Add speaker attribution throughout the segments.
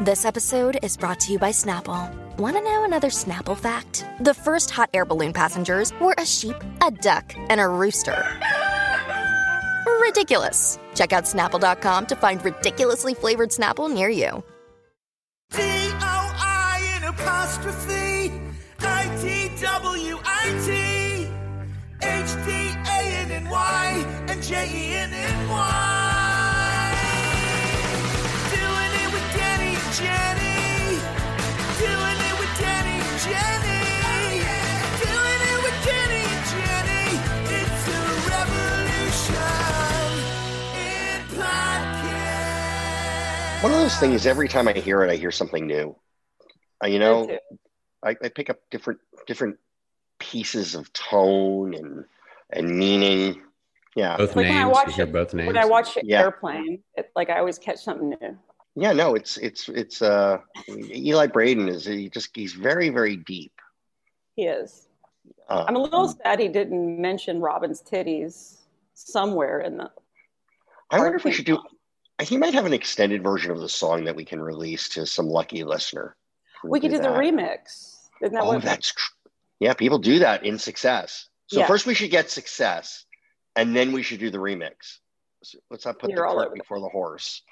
Speaker 1: This episode is brought to you by Snapple. Want to know another Snapple fact? The first hot air balloon passengers were a sheep, a duck, and a rooster. Ridiculous. Check out snapple.com to find ridiculously flavored Snapple near you.
Speaker 2: D O I in apostrophe I T W I T H D A N N Y and J E N N Y. Doing it with Danny and Jenny. Doing it with Danny and Jenny. Doing it with Danny and Jenny. It's a revolution in podcast.
Speaker 3: One of those things. Every time I hear it, I hear something new. Uh, you know,
Speaker 4: too.
Speaker 3: I, I pick up different different pieces of tone and and meaning. Yeah,
Speaker 5: Both
Speaker 4: Like, when I
Speaker 5: names.
Speaker 4: watch
Speaker 5: You hear
Speaker 4: it-
Speaker 5: both names.
Speaker 4: when I watch
Speaker 3: Yeah.
Speaker 4: Airplane, it, like I always catch something new.
Speaker 3: yeah. No, it's it's it's. Uh, Eli Braden is he just he's very very deep.
Speaker 4: He is.
Speaker 3: Uh,
Speaker 4: I'm a little
Speaker 5: Hmm.
Speaker 4: sad he didn't mention Robin's titties somewhere in the.
Speaker 3: I wonder if we should do. He might have an extended version of the song that we can release to some lucky listener.
Speaker 4: We could do the
Speaker 3: that.
Speaker 4: remix. Isn't that
Speaker 3: oh,
Speaker 4: what?
Speaker 3: that's tr- yeah. People do that in success. So
Speaker 4: Yeah.
Speaker 3: first we should get success, and then we should do the remix. So let's not put
Speaker 4: You're
Speaker 3: the
Speaker 4: all
Speaker 3: cart
Speaker 4: over the-
Speaker 3: before the horse.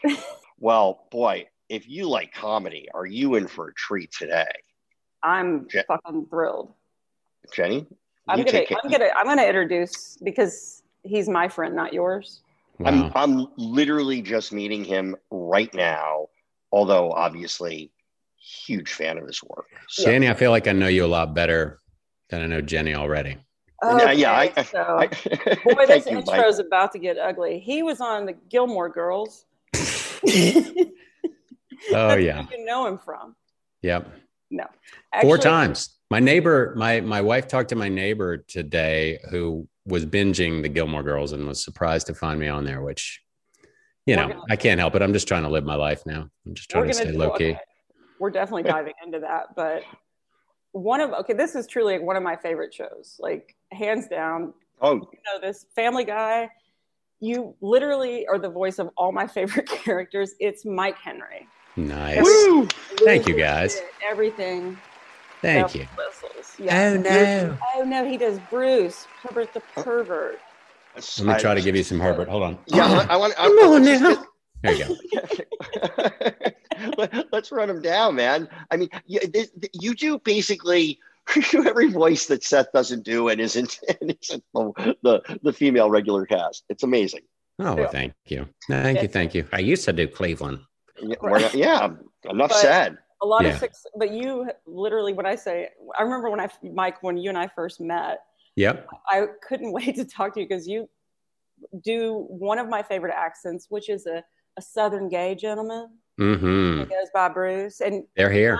Speaker 3: well, boy, if you like comedy, are you in for a treat today,
Speaker 4: I'm
Speaker 3: Yeah.
Speaker 4: fucking thrilled.
Speaker 3: Jenny?
Speaker 4: I'm
Speaker 3: you
Speaker 4: gonna.
Speaker 3: take it.
Speaker 4: I'm gonna. I'm gonna introduce because he's my friend, not yours.
Speaker 3: I'm
Speaker 5: Wow.
Speaker 3: I'm literally just meeting him right now. Although obviously, huge fan of his work. So
Speaker 5: Danny, I feel like I know you a lot better than I know Jenny already.
Speaker 3: Uh, Yeah, yeah, I-
Speaker 4: Okay, so.
Speaker 3: I-
Speaker 4: Boy, this
Speaker 3: thank you, Mike.
Speaker 4: intro's about to get ugly. He was on the Gilmore Girls.
Speaker 5: Oh yeah.
Speaker 4: you know him from.
Speaker 5: Yep.
Speaker 4: No.
Speaker 5: Four
Speaker 4: Actually,
Speaker 5: times. My neighbor, my my wife talked to my neighbor today who was binging the Gilmore Girls and was surprised to find me on there, which you
Speaker 4: We're
Speaker 5: know,
Speaker 4: gonna-
Speaker 5: I can't help it. I'm just trying to live my life now. I'm just trying to stay
Speaker 4: do-
Speaker 5: low key.
Speaker 4: okay, We're definitely diving into that, but one of okay, this is truly one of my favorite shows, like hands down.
Speaker 3: oh,
Speaker 4: You know this Family Guy. You literally are the voice of all my favorite characters. It's Mike Henry.
Speaker 5: Nice.
Speaker 3: woo!
Speaker 5: Thank you, guys.
Speaker 4: Everything.
Speaker 5: Thank
Speaker 4: that
Speaker 5: you.
Speaker 4: whistles. Yeah.
Speaker 5: no.
Speaker 4: Oh no, he does Bruce Herbert the pervert.
Speaker 5: Let me try to give you some Herbert. Hold on.
Speaker 3: Yeah, I- I want. I,
Speaker 5: Come on
Speaker 3: let's just
Speaker 5: now. There you go.
Speaker 3: get- Let- Let's run them down, man. I mean, you, th- th- you do basically you do every voice that Seth doesn't do and isn't, and isn't the, the the female regular cast. It's amazing.
Speaker 5: Oh, well, thank you. Thank you. Thank you. I used to do Cleveland.
Speaker 3: Yeah, we're not- yeah, enough
Speaker 4: But-
Speaker 3: said.
Speaker 4: a lot of
Speaker 5: Yeah.
Speaker 4: six but you literally when i say i remember when i mike when you and i first met
Speaker 5: Yep.
Speaker 4: i couldn't wait to talk to you because you do one of my favorite accents which is a, a southern gay gentleman
Speaker 5: hmm
Speaker 4: who goes by bruce and
Speaker 5: They're here.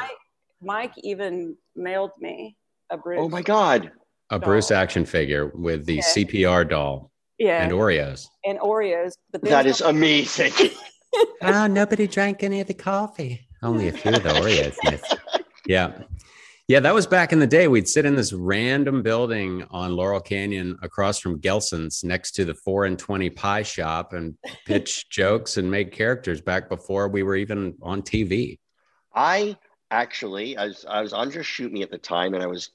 Speaker 4: mike even mailed me a bruce
Speaker 3: Oh my God,
Speaker 5: A
Speaker 4: doll.
Speaker 5: Bruce action figure with the
Speaker 4: Okay.
Speaker 5: CPR doll
Speaker 4: yeah
Speaker 5: and
Speaker 4: and,
Speaker 5: Oreos.
Speaker 4: oreos but
Speaker 3: that is
Speaker 4: there's
Speaker 3: amazing.
Speaker 5: oh, nobody drank any of the coffee. Only a few of the Oreos. miss. Yeah. Yeah, that was back in the day. We'd sit in this random building on Laurel Canyon across from Gelson's next to the 4 and 20 pie shop and pitch jokes and make characters back before we were even on TV.
Speaker 3: I actually, I was, I was on Just Shoot Me at the time, and I was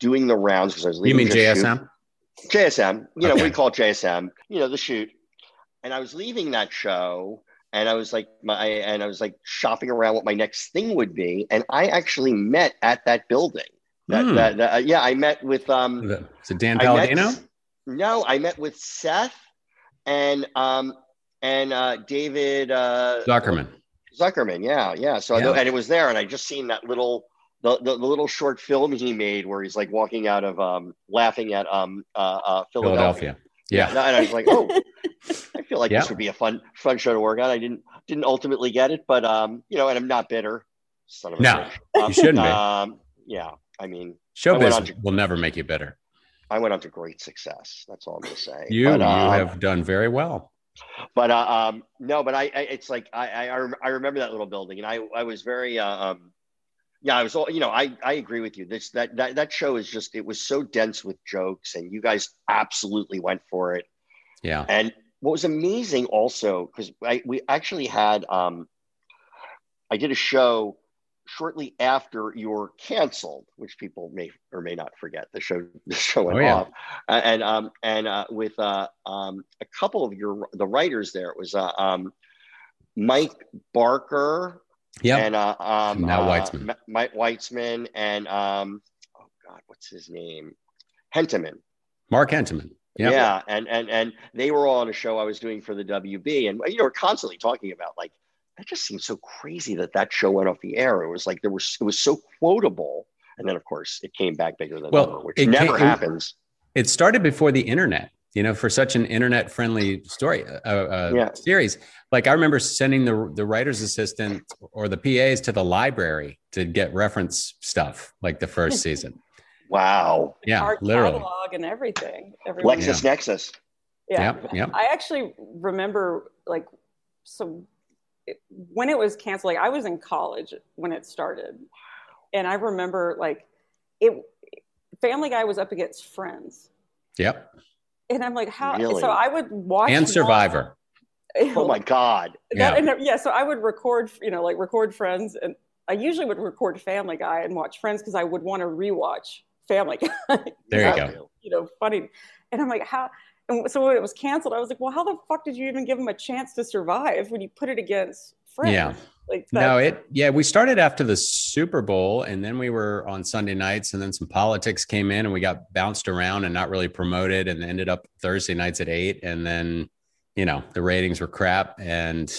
Speaker 3: doing the rounds because I was
Speaker 5: You
Speaker 3: leaving.
Speaker 5: mean
Speaker 3: Just Shoot.
Speaker 5: JSM?
Speaker 3: JSM. You know, we
Speaker 5: Okay.
Speaker 3: call it JSM. You know, the shoot. And I was leaving that show, and I was like, my, and I was like shopping around what my next thing would be, and I actually met at that building. That,
Speaker 5: Hmm.
Speaker 3: that, that- yeah, I met with um.
Speaker 5: The- Is it Dan
Speaker 3: I
Speaker 5: Palladino?
Speaker 3: met, no, I met with Seth and um and uh David uh
Speaker 5: Zuckerman.
Speaker 3: Zuckerman. Yeah, yeah. So I
Speaker 5: Yeah.
Speaker 3: know, and it was there, and I just seen that little the, the, the little short film he made where he's like walking out of um laughing at um uh, uh Philadelphia.
Speaker 5: Philadelphia. Yeah.
Speaker 3: And I was like, oh, I feel like
Speaker 5: Yeah.
Speaker 3: this would be a fun fun show to work on. I didn't didn't ultimately get it, but um, you know, and I'm not bitter. Son of a
Speaker 5: No,
Speaker 3: bitch. Um,
Speaker 5: you shouldn't be.
Speaker 3: Um, yeah, I mean, I
Speaker 5: Show
Speaker 3: went on
Speaker 5: business will never make you better.
Speaker 3: I went on to great success. That's all I'm gonna say.
Speaker 5: You,
Speaker 3: But,
Speaker 5: you
Speaker 3: um,
Speaker 5: have done very well.
Speaker 3: but uh, um, no, but I, I it's like I, I, I rem- I remember that little building, and I, I was very, uh, um, yeah, I was all, you know, I, I agree with you. This that, that that show is just it was so dense with jokes, and you guys absolutely went for it.
Speaker 5: Yeah.
Speaker 3: And what was amazing also because I we actually had, um, I did a show shortly after you were canceled, which people may or may not forget. The show the show went
Speaker 5: Oh, yeah.
Speaker 3: off, Uh, and um, and uh, with uh, um, a couple of your the writers there. It was uh, um, Mike Barker
Speaker 5: Yeah.
Speaker 3: and uh, um,
Speaker 5: Matt
Speaker 3: uh,
Speaker 5: Weitzman.
Speaker 3: Ma- Mike Weitzman, and um, oh god, what's his name? Henteman.
Speaker 5: Mark Henteman. Yeah.
Speaker 3: Yeah, and and and they were all on a show I was doing for the WB, and you know, we're constantly talking about like that. Just seems so crazy that that show went off the air. It was like there was it was so quotable, and then of course it came back bigger than
Speaker 5: Well,
Speaker 3: ever, which
Speaker 5: it
Speaker 3: never
Speaker 5: came-
Speaker 3: happens.
Speaker 5: It started before the internet, you know, for such an internet friendly story uh, uh,
Speaker 3: Yeah.
Speaker 5: series. Like I remember sending the, the writer's assistant or the PAs to the library to get reference stuff like the first season.
Speaker 3: Wow,
Speaker 5: Yeah.
Speaker 4: Our
Speaker 5: literally.
Speaker 4: catalog and everything. Everyone-
Speaker 3: Lexus Nexus.
Speaker 4: yeah.
Speaker 5: Yep. Yep.
Speaker 4: I actually remember like so it- when it was canceled. Like I was in college when it started, and I remember like it. Family Guy was up against Friends,
Speaker 5: Yep.
Speaker 4: and I'm like, how?
Speaker 3: Really?
Speaker 4: So I would watch
Speaker 5: And
Speaker 4: that-
Speaker 5: Survivor.
Speaker 3: Oh my God,
Speaker 4: That-
Speaker 5: Yeah.
Speaker 4: and, uh, yeah. So I would record, you know, like record Friends, and I usually would record Family Guy and watch Friends because I would want to rewatch Family Guy.
Speaker 5: There you
Speaker 3: That-
Speaker 5: go.
Speaker 4: you know, funny. And I'm like, how? And so when it was canceled, I was like, well, how the fuck did you even give him a chance to survive when you put it against Friends?
Speaker 5: Yeah.
Speaker 4: Like that,
Speaker 5: No, it, yeah, we started after the Super Bowl and then we were on Sunday nights and then some politics came in and we got bounced around and not really promoted and ended up Thursday nights at eight. And then, you know, the ratings were crap. And,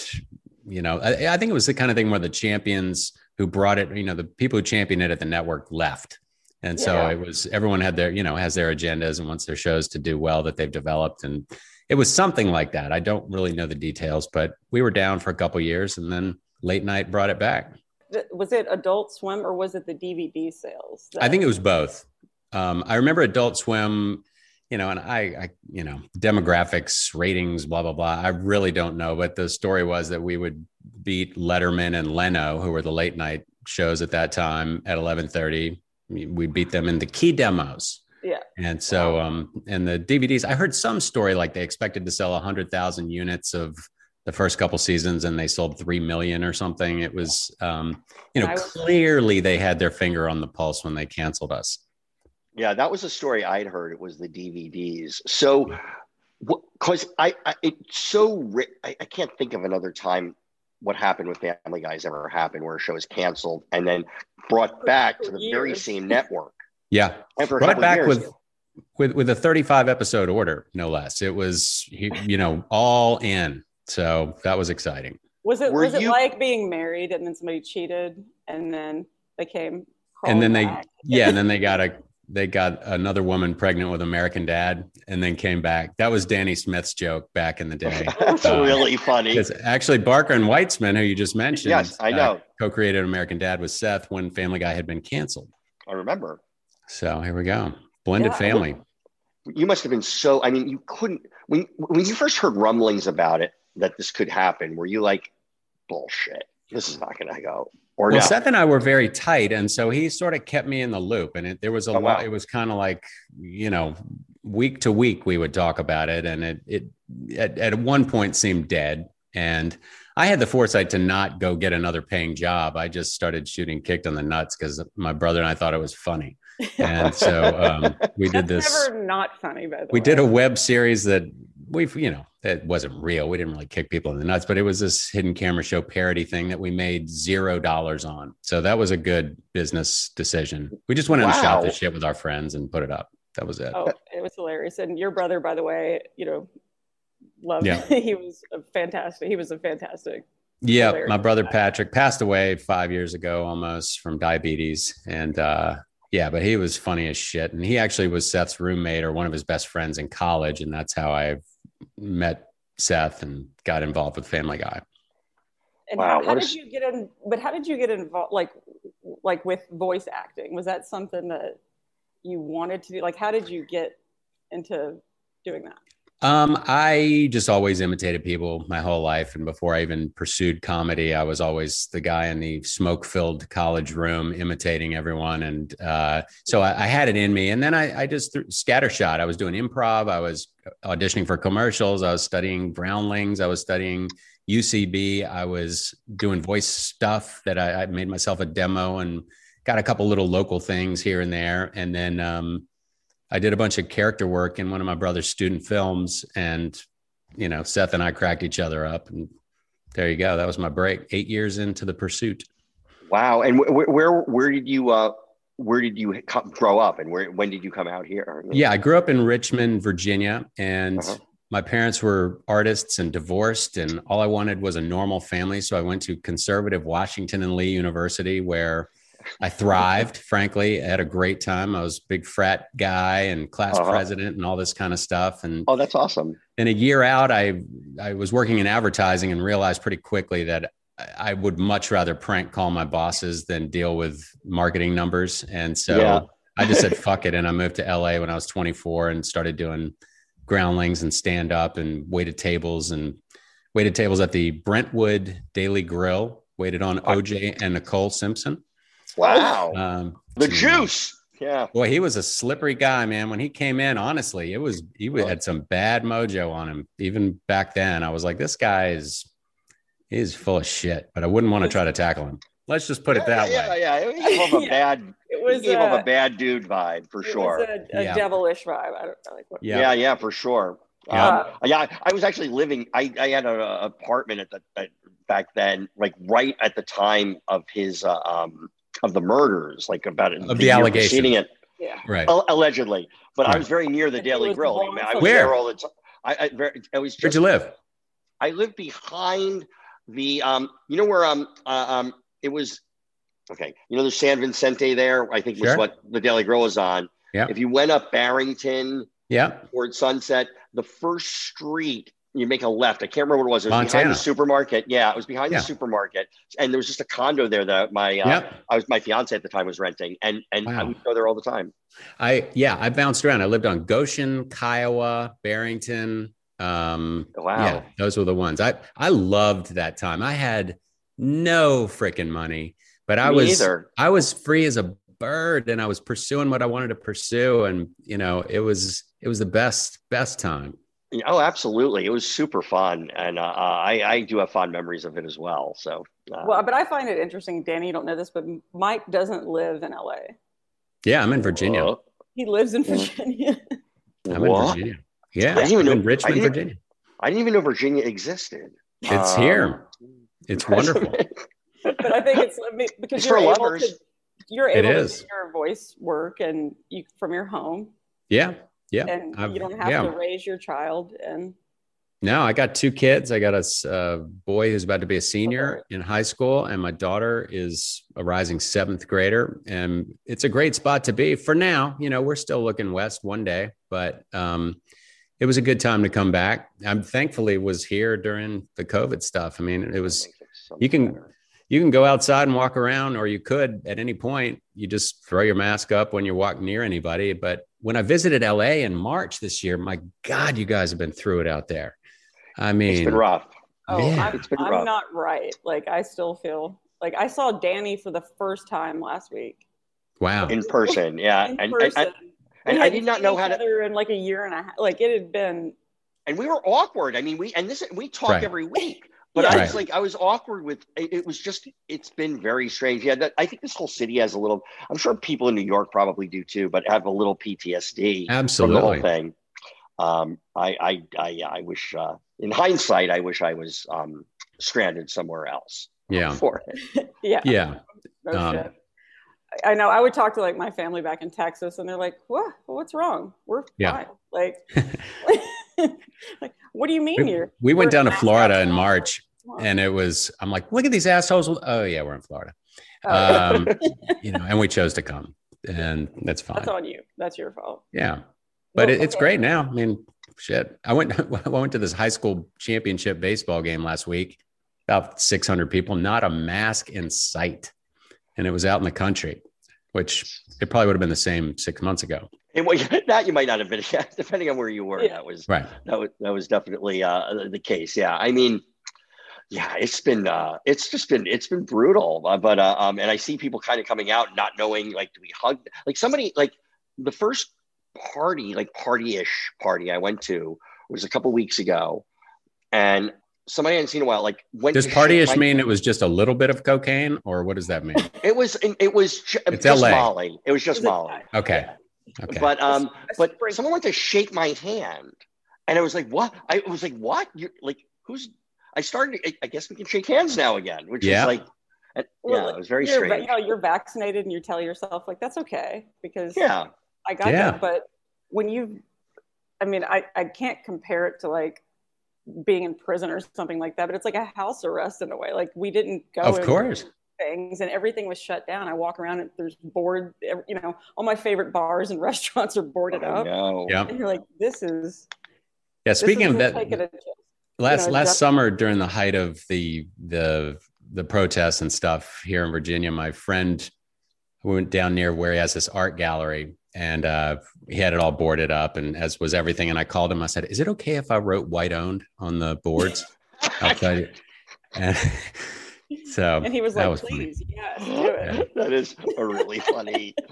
Speaker 5: you know, I, I think it was the kind of thing where the champions who brought it, you know, the people who championed it at the network left. And so
Speaker 4: Yeah.
Speaker 5: it was everyone had their, you know, has their agendas and wants their shows to do well that they've developed. And it was something like that. I don't really know the details, but we were down for a couple years and then late night brought it back.
Speaker 4: th- was it Adult Swim or was it the DVD sales?
Speaker 5: I think
Speaker 4: that-
Speaker 5: it was both. Um, I remember Adult Swim, you know, and I, I, you know, demographics, ratings, blah, blah, blah. I really don't know. But the story was that we would beat Letterman and Leno, who were the late night shows at that time at 1130. We beat them in the key demos.
Speaker 4: Yeah.
Speaker 5: And so, um, and the DVDs, I heard some story like they expected to sell 100,000 units of the first couple seasons and they sold 3 million or something. It was, um, you know,
Speaker 4: I was-
Speaker 5: clearly they had their finger on the pulse when they canceled us.
Speaker 3: Yeah, that was a story I'd heard. It was the DVDs. So, because I, I, it's so ri- I, I can't think of another time what happened with Family Guys ever happened where a show is canceled and then brought back to the very
Speaker 4: years.
Speaker 3: same network.
Speaker 5: Yeah.
Speaker 3: And for a
Speaker 5: Brought
Speaker 3: couple of
Speaker 5: back
Speaker 3: years-
Speaker 5: with, with, with a 35 episode order, no less. It was, you know, all in. So that was exciting.
Speaker 4: Was it
Speaker 3: Were
Speaker 4: was it
Speaker 3: you-
Speaker 4: like being married and then somebody cheated and then they came
Speaker 5: and then they
Speaker 4: crawling back?
Speaker 5: yeah and then they got a they got another woman pregnant with american dad and then came back that was danny smith's joke back in the day
Speaker 3: That's
Speaker 5: Uh,
Speaker 3: really funny.
Speaker 5: it's actually barker and weitzman who you just mentioned
Speaker 3: Yes, I
Speaker 5: uh,
Speaker 3: know.
Speaker 5: co-created american dad with seth when family guy had been canceled
Speaker 3: I remember.
Speaker 5: so here we go blended
Speaker 4: Yeah.
Speaker 5: family
Speaker 3: You must have been so. I mean, you couldn't when when you first heard rumblings about it that this could happen. Were you like, bullshit? This is not going to go. Or
Speaker 5: well
Speaker 3: no?
Speaker 5: seth and i were very tight and so he sort of kept me in the loop and it, there was a
Speaker 3: Oh,
Speaker 5: lot
Speaker 3: wow.
Speaker 5: it was kind of like you know week to week we would talk about it and it it at, at one point seemed dead and i had the foresight to not go get another paying job i just started shooting kicked on the nuts because my brother and i thought it was funny and so um, we did
Speaker 4: That's
Speaker 5: this
Speaker 4: never not funny by the
Speaker 5: we
Speaker 4: way.
Speaker 5: did a web series that we've you know that wasn't real we didn't really kick people in the nuts but it was this hidden camera show parody thing that we made zero dollars on so that was a good business decision we just went out and shot
Speaker 3: Wow.
Speaker 5: the shit with our friends and put it up that was it
Speaker 4: Oh, it was hilarious. And your brother, by the way, you know, loved.
Speaker 5: Yeah.
Speaker 4: he was a fantastic. He was a fantastic.
Speaker 5: yeah
Speaker 4: hilarious.
Speaker 5: my brother patrick passed away five years ago almost from diabetes and uh yeah but he was funny as shit and he actually was seth's roommate or one of his best friends in college and that's how i met seth and got involved with family guy
Speaker 4: And
Speaker 3: Wow,
Speaker 4: how,
Speaker 3: what
Speaker 4: how
Speaker 3: a
Speaker 4: did
Speaker 3: s-
Speaker 4: you get in? But how did you get involved? Like, like with voice acting? Was that something that you wanted to do? Like, how did you get into doing that?
Speaker 5: Um, I just always imitated people my whole life. And before I even pursued comedy, I was always the guy in the smoke filled college room imitating everyone. And uh, so I, I had it in me. And then I, I just threw scattershot. I was doing improv. I was auditioning for commercials. I was studying Brownlings. I was studying UCB. I was doing voice stuff that I, I made myself a demo and got a couple little local things here and there. And then, um, I did a bunch of character work in one of my brother's student films, and you know, Seth and I cracked each other up, and there you go. That was my break. Eight years into the pursuit.
Speaker 3: Wow. And wh- wh- where where did you uh where did you come, grow up and where when did you come out here?
Speaker 5: Yeah, I grew up in Richmond, Virginia, and
Speaker 3: Uh-huh.
Speaker 5: my parents were artists and divorced, and all I wanted was a normal family. So I went to conservative Washington and Lee University, where I thrived. Frankly, I had a great time. I was a big frat guy and class
Speaker 3: Uh-huh.
Speaker 5: president, and all this kind of stuff. And
Speaker 3: Oh, that's awesome.
Speaker 5: and a year out i i was working in advertising and realized pretty quickly that I- i would much rather prank call my bosses than deal with marketing numbers and so
Speaker 3: Yeah.
Speaker 5: i just said fuck it and i moved to la when i was 24 and started doing groundlings and stand up and waited tables and waited tables at the brentwood daily grill waited on oj and nicole simpson
Speaker 3: Wow.
Speaker 5: um,
Speaker 3: Oh. the
Speaker 5: to-
Speaker 3: juice. Yeah.
Speaker 5: Boy, he was a slippery guy, man. When he came in, honestly, it was he wa- had some bad mojo on him. Even back then, I was like, this guy is he is full of shit. But I wouldn't want to try to tackle him. Let's just put it that
Speaker 3: yeah,
Speaker 5: way.
Speaker 3: Yeah, yeah. He gave off a
Speaker 4: Yeah.
Speaker 3: bad
Speaker 4: It
Speaker 3: he
Speaker 4: was
Speaker 3: gave off
Speaker 4: uh,
Speaker 3: a bad dude vibe for sure.
Speaker 4: It was uh, a, a
Speaker 5: Yeah.
Speaker 4: devilish vibe. I don't know, like what. Uh,
Speaker 5: Yeah.
Speaker 3: yeah, yeah, for sure.
Speaker 5: Yeah.
Speaker 3: Um, yeah, I was actually living. I, I had an apartment at the at, back then, like right at the time of his uh, um of the murders, like about
Speaker 5: Of the allegations.
Speaker 3: allegation. it
Speaker 4: Yeah.
Speaker 5: Right.
Speaker 3: Al- allegedly. But I
Speaker 5: Right.
Speaker 3: was very near the
Speaker 4: And he
Speaker 3: Daily
Speaker 4: was
Speaker 3: Grill. I, mean, I was
Speaker 4: wrongfully-
Speaker 3: there
Speaker 5: Where?
Speaker 3: all the time. I, I, very- I was
Speaker 5: Where'd
Speaker 3: just
Speaker 5: you live?
Speaker 3: I lived behind the um, you know where um uh, um it was okay, you know the San Vicente there, I think was
Speaker 5: Sure.
Speaker 3: what the Daily Grill is on.
Speaker 5: Yeah.
Speaker 3: If you went up Barrington
Speaker 5: Yeah.
Speaker 3: toward sunset, the first street you make a left. I can't remember what it was. It was behind
Speaker 5: Montana.
Speaker 3: the supermarket. Yeah, it was behind
Speaker 5: Yeah.
Speaker 3: the supermarket. And there was just a condo there that my uh,
Speaker 5: Yep.
Speaker 3: I was my fiance at the time was renting and and I
Speaker 5: Wow.
Speaker 3: would go there all the time.
Speaker 5: I yeah, I bounced around. I lived on Goshen, Kiowa, Barrington. Um
Speaker 3: Wow.
Speaker 5: yeah, those were the ones. I I loved that time. I had no freaking money, but I
Speaker 3: Me
Speaker 5: was
Speaker 3: either.
Speaker 5: I was free as a bird and I was pursuing what I wanted to pursue. And, you know, it was, it was the best, best time.
Speaker 3: Oh, absolutely. It was super fun. And uh, I, I do have fond memories of it as well. So, uh,
Speaker 4: Well, but I find it interesting, Danny. You don't know this, but Mike doesn't live in LA.
Speaker 5: Yeah. I'm in Virginia.
Speaker 3: uh,
Speaker 4: He lives in
Speaker 3: Mm.
Speaker 4: Virginia.
Speaker 5: I'm in
Speaker 3: what?
Speaker 5: Virginia. Yeah.
Speaker 3: I didn't even
Speaker 5: I'm
Speaker 3: know-
Speaker 5: in
Speaker 3: I
Speaker 5: Richmond,
Speaker 3: didn't-
Speaker 5: Virginia.
Speaker 3: I didn't even know Virginia existed.
Speaker 5: It's
Speaker 3: Um,
Speaker 5: here. It's wonderful.
Speaker 4: but I think it's I mean, because
Speaker 3: It's
Speaker 4: you're
Speaker 3: for
Speaker 4: able
Speaker 3: lovers.
Speaker 4: to you're
Speaker 5: It
Speaker 4: able
Speaker 5: is.
Speaker 4: to do your voice work and you from your home,
Speaker 5: Yeah. Yeah.
Speaker 4: and
Speaker 5: I've-
Speaker 4: you don't have
Speaker 5: yeah.
Speaker 4: to raise your child. And
Speaker 5: No, I got two kids. I got a s- uh, boy who's about to be a senior in high school, and my daughter is a rising seventh grader. And it's a great spot to be for now. You know, we're still looking west one day, but um, it was a good time to come back. I'm thankfully was here during the COVID stuff. I mean, it was you can- you can go outside and walk around, or you could at any point. You just throw your mask up when you walk near anybody. But when I visited LA in March this year, my God, you guys have been through it out there. I mean,
Speaker 3: It's been rough.
Speaker 4: oh,
Speaker 5: Yeah.
Speaker 4: I'm,
Speaker 3: It's been rough.
Speaker 4: I'm not right. Like I still feel like I saw Danny for the first time last week
Speaker 5: Wow.
Speaker 3: In person. Yeah.
Speaker 4: in
Speaker 3: and, and,
Speaker 4: person.
Speaker 3: and, and
Speaker 4: We
Speaker 3: I
Speaker 4: hadn't
Speaker 3: did not
Speaker 4: seen
Speaker 3: know
Speaker 4: each
Speaker 3: how to,
Speaker 4: other in like a year and a half. Like it had been.
Speaker 3: and we were awkward. I mean, we, and this, we talk
Speaker 5: Right.
Speaker 3: every week, but I
Speaker 5: Yeah.
Speaker 3: was like, I was awkward with, it, it was just, it's been very strange. Yeah. That, I think this whole city has a little, I'm sure people in New York probably do too, but have a little PTSD. from the whole
Speaker 5: Absolutely.
Speaker 3: thing. Um, I, I, I, I wish, uh, in hindsight, I wish I was um, stranded somewhere else.
Speaker 5: Yeah.
Speaker 3: For it.
Speaker 4: Yeah.
Speaker 5: Yeah.
Speaker 4: No
Speaker 5: Um,
Speaker 4: Oh, shit. I- I know. I would talk to like my family back in Texas, and they're like, "What? What's wrong? We're
Speaker 5: Yeah.
Speaker 4: fine." Like, like, what do you mean
Speaker 5: We,
Speaker 4: you're?
Speaker 5: we went
Speaker 4: you're
Speaker 5: down to
Speaker 4: masked
Speaker 5: Florida
Speaker 4: up?
Speaker 5: in March and it was, I'm like, look at these assholes. Oh, yeah, we're in Florida.
Speaker 4: Oh,
Speaker 5: Um, you know, and we chose to come and that's fine.
Speaker 4: that's on you. That's your fault.
Speaker 5: Yeah. But
Speaker 4: Well,
Speaker 5: it, it's
Speaker 4: okay.
Speaker 5: great now. I mean, shit. I went I went to this high school championship baseball game last week about 600 people, not a mask in sight. And it was out in the country, which it probably would have been the same six months ago.
Speaker 3: And well, that you might not have been, yeah, depending on where you were.
Speaker 4: Yeah.
Speaker 3: That was
Speaker 5: Right.
Speaker 3: that was that was definitely uh, the case. Yeah, I mean, yeah, it's been uh, it's just been it's been brutal. Uh, but uh, um, and I see people kind of coming out not knowing like do we hug like somebody like the first party like party-ish party I went to was a couple weeks ago, and somebody I hadn't seen in a while like went
Speaker 5: Does
Speaker 3: to shake
Speaker 5: party ish
Speaker 3: my-
Speaker 5: mean it was just a little bit of cocaine or what does that mean?
Speaker 3: it was it was ju-
Speaker 5: It's
Speaker 3: just
Speaker 5: LA.
Speaker 3: Molly. It was just
Speaker 4: Is it-
Speaker 3: Molly.
Speaker 5: Okay. Okay.
Speaker 3: But um,
Speaker 4: A
Speaker 3: but
Speaker 4: spring-
Speaker 3: someone went to shake my hand, and I was like, "What?" I was like, "What?" You're like, "Who's?" I started. I, I guess we can shake hands now again, which
Speaker 5: Yeah.
Speaker 3: is like, and-
Speaker 4: Well,
Speaker 3: yeah,
Speaker 4: like,
Speaker 3: it was very
Speaker 4: you're, va-
Speaker 3: strange.
Speaker 4: You know, you're vaccinated and you tell yourself like that's okay because
Speaker 3: yeah,
Speaker 4: I got
Speaker 5: Yeah.
Speaker 4: that. But when you, I mean, I, I can't compare it to like being in prison or something like that, but it's like a house arrest in a way. Like we didn't go.
Speaker 5: Of
Speaker 4: and
Speaker 5: course.
Speaker 4: do Things and everything was shut down. I walk around and there's board, ev- you know, all my favorite bars and restaurants are boarded
Speaker 3: I
Speaker 4: up.
Speaker 3: know.
Speaker 5: Yeah.
Speaker 4: And you're like, this is.
Speaker 5: Yeah.
Speaker 4: this
Speaker 5: Speaking
Speaker 4: is
Speaker 5: of
Speaker 4: gonna
Speaker 5: that,
Speaker 4: take it a-
Speaker 5: last
Speaker 4: know,
Speaker 5: last
Speaker 4: just-
Speaker 5: summer during the height of the the the protests and stuff here in Virginia, my friend went down near where he has this art gallery and uh, he had it all boarded up and as was everything. And I called him, I said, Is it okay if I wrote white owned on the boards? I'll tell you. And so
Speaker 4: and he was
Speaker 5: um, that
Speaker 4: like,
Speaker 5: funny.
Speaker 4: please, yes, do it.
Speaker 3: that is a really funny.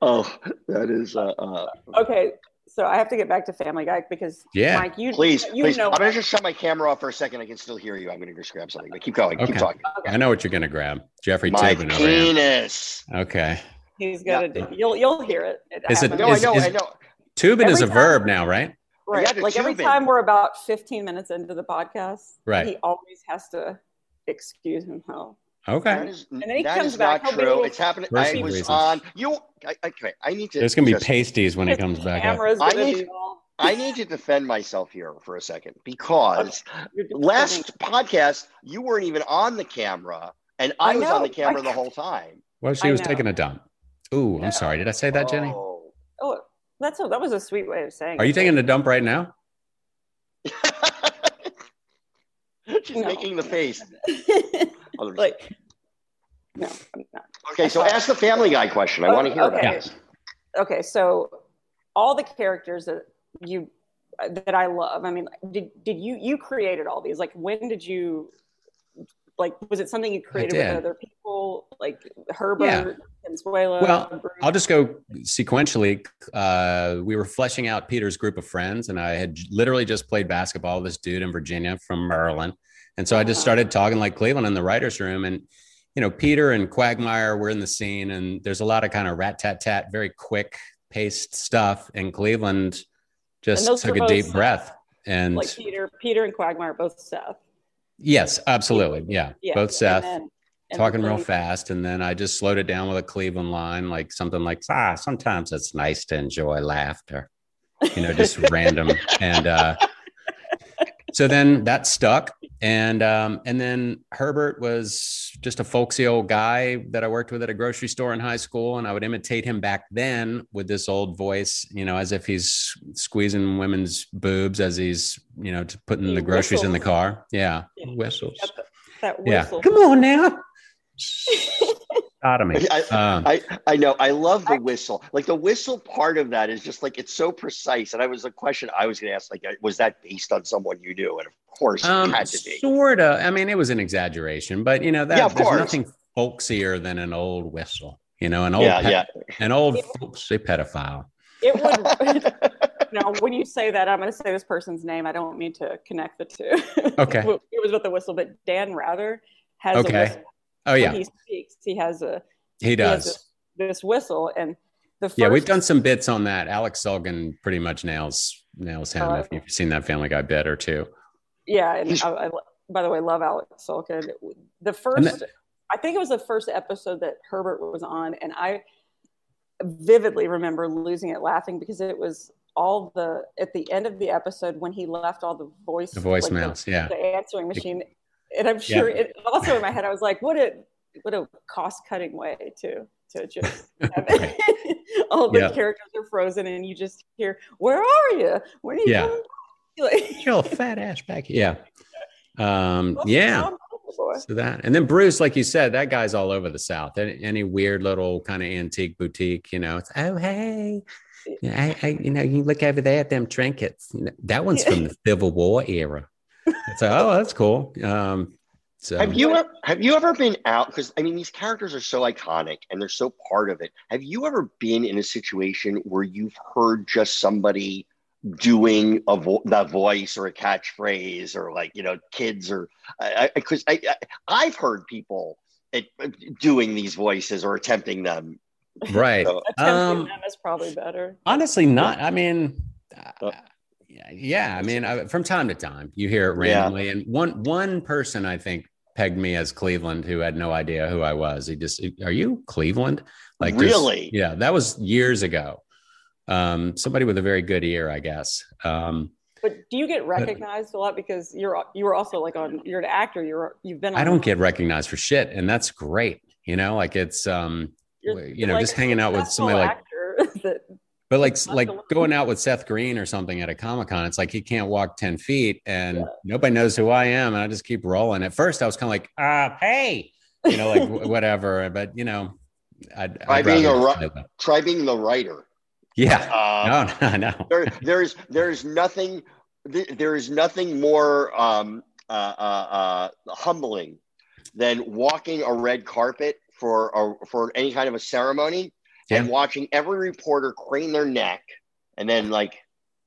Speaker 3: Oh, that is. Uh, uh,
Speaker 4: Okay, so I have to get back to Family Guy because
Speaker 5: Yeah.
Speaker 4: Mike, you
Speaker 3: Please,
Speaker 4: you
Speaker 3: please.
Speaker 4: know
Speaker 3: I'm gonna just shut my camera off for a second. I can still hear you. I'm gonna just grab something. But keep going.
Speaker 5: Okay.
Speaker 3: Keep talking.
Speaker 5: I know what you're gonna grab. Jeffrey
Speaker 3: My
Speaker 5: Tobin over here.
Speaker 3: penis.
Speaker 5: Okay.
Speaker 4: he's gonna
Speaker 5: Yeah.
Speaker 4: do. You'll you'll hear it. it
Speaker 5: Is it-
Speaker 4: happens.
Speaker 3: No,
Speaker 5: Is-
Speaker 3: I know.
Speaker 5: is-
Speaker 3: I know.
Speaker 5: Tubin is a
Speaker 4: Every time-
Speaker 5: verb now, right?
Speaker 4: right?
Speaker 3: Yeah, the
Speaker 4: like every
Speaker 3: tubing.
Speaker 4: time we're about 15 minutes into the podcast,
Speaker 5: Right.
Speaker 4: He always has to excuse himself.
Speaker 3: That
Speaker 5: Okay.
Speaker 3: is,
Speaker 4: then he
Speaker 3: that
Speaker 4: comes
Speaker 3: is
Speaker 4: back,
Speaker 3: not
Speaker 4: he'll be a
Speaker 3: true.
Speaker 4: little-
Speaker 3: It's happening. I
Speaker 5: Personal
Speaker 3: was
Speaker 5: reasons.
Speaker 3: on. You. I, okay. I need to.
Speaker 5: There's gonna be
Speaker 3: just-
Speaker 5: pasties when he comes back up.
Speaker 4: Camera's
Speaker 3: I
Speaker 4: gonna
Speaker 3: need-
Speaker 4: be all.
Speaker 3: I need to defend myself here for a second because
Speaker 4: you're just kidding.
Speaker 3: last podcast you weren't even on the camera and I,
Speaker 4: I
Speaker 3: was on the
Speaker 4: know.
Speaker 3: camera
Speaker 4: I-
Speaker 3: the whole time.
Speaker 5: Well, she
Speaker 4: I
Speaker 5: was
Speaker 4: know.
Speaker 5: taking a dump. Ooh, I'm sorry. Did I say that, Jenny?
Speaker 3: Oh.
Speaker 4: Oh, that's a, that was a sweet way of saying.
Speaker 5: Are you
Speaker 4: it.
Speaker 5: taking a dump right now?
Speaker 3: She's
Speaker 4: No.
Speaker 3: making the face. Other-
Speaker 4: like? No, I'm not.
Speaker 3: okay, so ask the Family Guy question. I want to hear
Speaker 4: Oh, Okay.
Speaker 3: about this.
Speaker 4: okay so all the characters that you that i love i mean did, did you you created all these like when did you like was it something you created with
Speaker 5: did.
Speaker 4: other people like herbert Consuelo,
Speaker 5: Well,
Speaker 4: Bruce?
Speaker 5: I'll just go sequentially. Uh, we were fleshing out Peter's group of friends, and I had j- literally just played basketball with this dude in Virginia from Maryland. And so I just
Speaker 4: Uh-huh.
Speaker 5: started talking like Cleveland in the writer's room. And, you know, Peter and Quagmire were in the scene, and there's a lot of kind of rat tat tat, very quick paced stuff. And Cleveland just
Speaker 4: And those
Speaker 5: took
Speaker 4: are
Speaker 5: a deep
Speaker 4: both,
Speaker 5: breath. And
Speaker 4: like peter peter and quagmire both seth
Speaker 5: yes, absolutely. Yeah.
Speaker 4: yeah
Speaker 5: Both
Speaker 4: and
Speaker 5: Seth.
Speaker 4: then- and
Speaker 5: talking
Speaker 4: then-
Speaker 5: real fast and then i just slowed it down with a cleveland line like something like ah sometimes it's nice to enjoy laughter you know just random and uh so then that stuck and um and then herbert was just a folksy old guy that i worked with at a grocery store in high school and i would imitate him back then with this old voice you know as if he's squeezing women's boobs as he's you know t- putting
Speaker 4: He
Speaker 5: the groceries in the
Speaker 4: whistles.
Speaker 5: car yeah,
Speaker 4: Yeah.
Speaker 5: whistles
Speaker 4: that
Speaker 5: yeah.
Speaker 4: whistle
Speaker 5: Come on now. Out of me.
Speaker 3: I,
Speaker 5: Um,
Speaker 3: I, I know. I love the whistle. Like the whistle part of that is just like it's so precise. And I was a question I was going to ask, like, uh, was that based on someone you knew? And of course,
Speaker 5: um,
Speaker 3: it had to be.
Speaker 5: sort of. I mean, it was an exaggeration, but you know, that,
Speaker 3: Yeah, of
Speaker 5: there's
Speaker 3: course.
Speaker 5: nothing folksier than an old whistle. You know, an old,
Speaker 3: Yeah,
Speaker 5: pe-
Speaker 3: yeah.
Speaker 5: an old folksy pedophile.
Speaker 4: it would now when you say that i'm going to say this person's name i don't mean to connect the two
Speaker 5: Okay.
Speaker 4: it was about the whistle but dan rather has a
Speaker 5: Okay.
Speaker 4: whistle
Speaker 5: Oh yeah,
Speaker 4: when he speaks he has a
Speaker 5: he
Speaker 4: he has
Speaker 5: does.
Speaker 4: this, this whistle and the first,
Speaker 5: Yeah, we've done some bits on that. Alex Sulgan pretty much nails nails him.
Speaker 4: Uh,
Speaker 5: if you've seen that Family Guy bit or two.
Speaker 4: yeah and I, I, by the way love alex sulkin the first
Speaker 5: And
Speaker 4: i think it was the first episode that herbert was on and i vividly remember losing it laughing because it was all the at the end of the episode when he left all the voice
Speaker 5: The
Speaker 4: like,
Speaker 5: voicemails, yeah.
Speaker 4: the, answering machine and i'm sure it also in my head i was like what a what a cost-cutting way to to just have
Speaker 5: Right.
Speaker 4: all the
Speaker 5: Yeah.
Speaker 4: characters are frozen and you just hear where are you when are you
Speaker 5: Yeah.
Speaker 4: coming back?" Like,
Speaker 5: Your fat ass back. Yeah. Um, yeah. So that, and then Bruce, like you said, that guy's all over the South. Any, any weird little kind of antique boutique, you know, it's oh hey, you know, I, I, you know, you look over there at them trinkets. You know, that one's from the Civil War era. It's like, oh, that's cool. Um, so
Speaker 3: Have you ever, have you ever been out? Because I mean, these characters are so iconic and they're so part of it. Have you ever been in a situation where you've heard just somebody doing a vo- the voice or a catchphrase or like you know kids or because I, I, I, have heard people at, doing these voices or attempting them.
Speaker 5: right? Um,
Speaker 3: So-
Speaker 4: Attempting them is probably better.
Speaker 5: Honestly, not. I mean, uh, yeah, yeah. I mean, I, from time to time, you hear it
Speaker 3: Yeah.
Speaker 5: randomly, and one one person I think pegged me as Cleveland, who had no idea who I was. He just, "Are you Cleveland?" just-
Speaker 3: Really?
Speaker 5: yeah, that was years ago. Um, somebody with a very good ear, I guess. Um,
Speaker 4: But do you get recognized a lot because you're you were also like on you're an actor. You're you've been. On,
Speaker 5: I don't get recognized for shit, and that's great. You know, like it's um,
Speaker 4: You're,
Speaker 5: you know,
Speaker 4: like,
Speaker 5: just hanging out with somebody like
Speaker 4: actor that
Speaker 5: But like
Speaker 4: Not
Speaker 5: like
Speaker 4: the one-
Speaker 5: going out with Seth Green or something at a comic con, it's like he can't walk ten feet, and nobody knows who I am, and I just keep rolling. At first, I was kind of like, uh, hey, you know, like wh- whatever. But you know, I'd,
Speaker 3: By
Speaker 5: I'd
Speaker 3: being
Speaker 5: rather
Speaker 3: a
Speaker 5: just
Speaker 3: ro-
Speaker 5: do that.
Speaker 3: Try being the writer.
Speaker 5: yeah,
Speaker 3: Uh,
Speaker 5: no, no, no.
Speaker 3: there, there's there's nothing th- there is nothing more um, uh, uh, uh, humbling than walking a red carpet for a, for any kind of a ceremony and
Speaker 5: Yeah.
Speaker 3: watching every reporter crane their neck and then like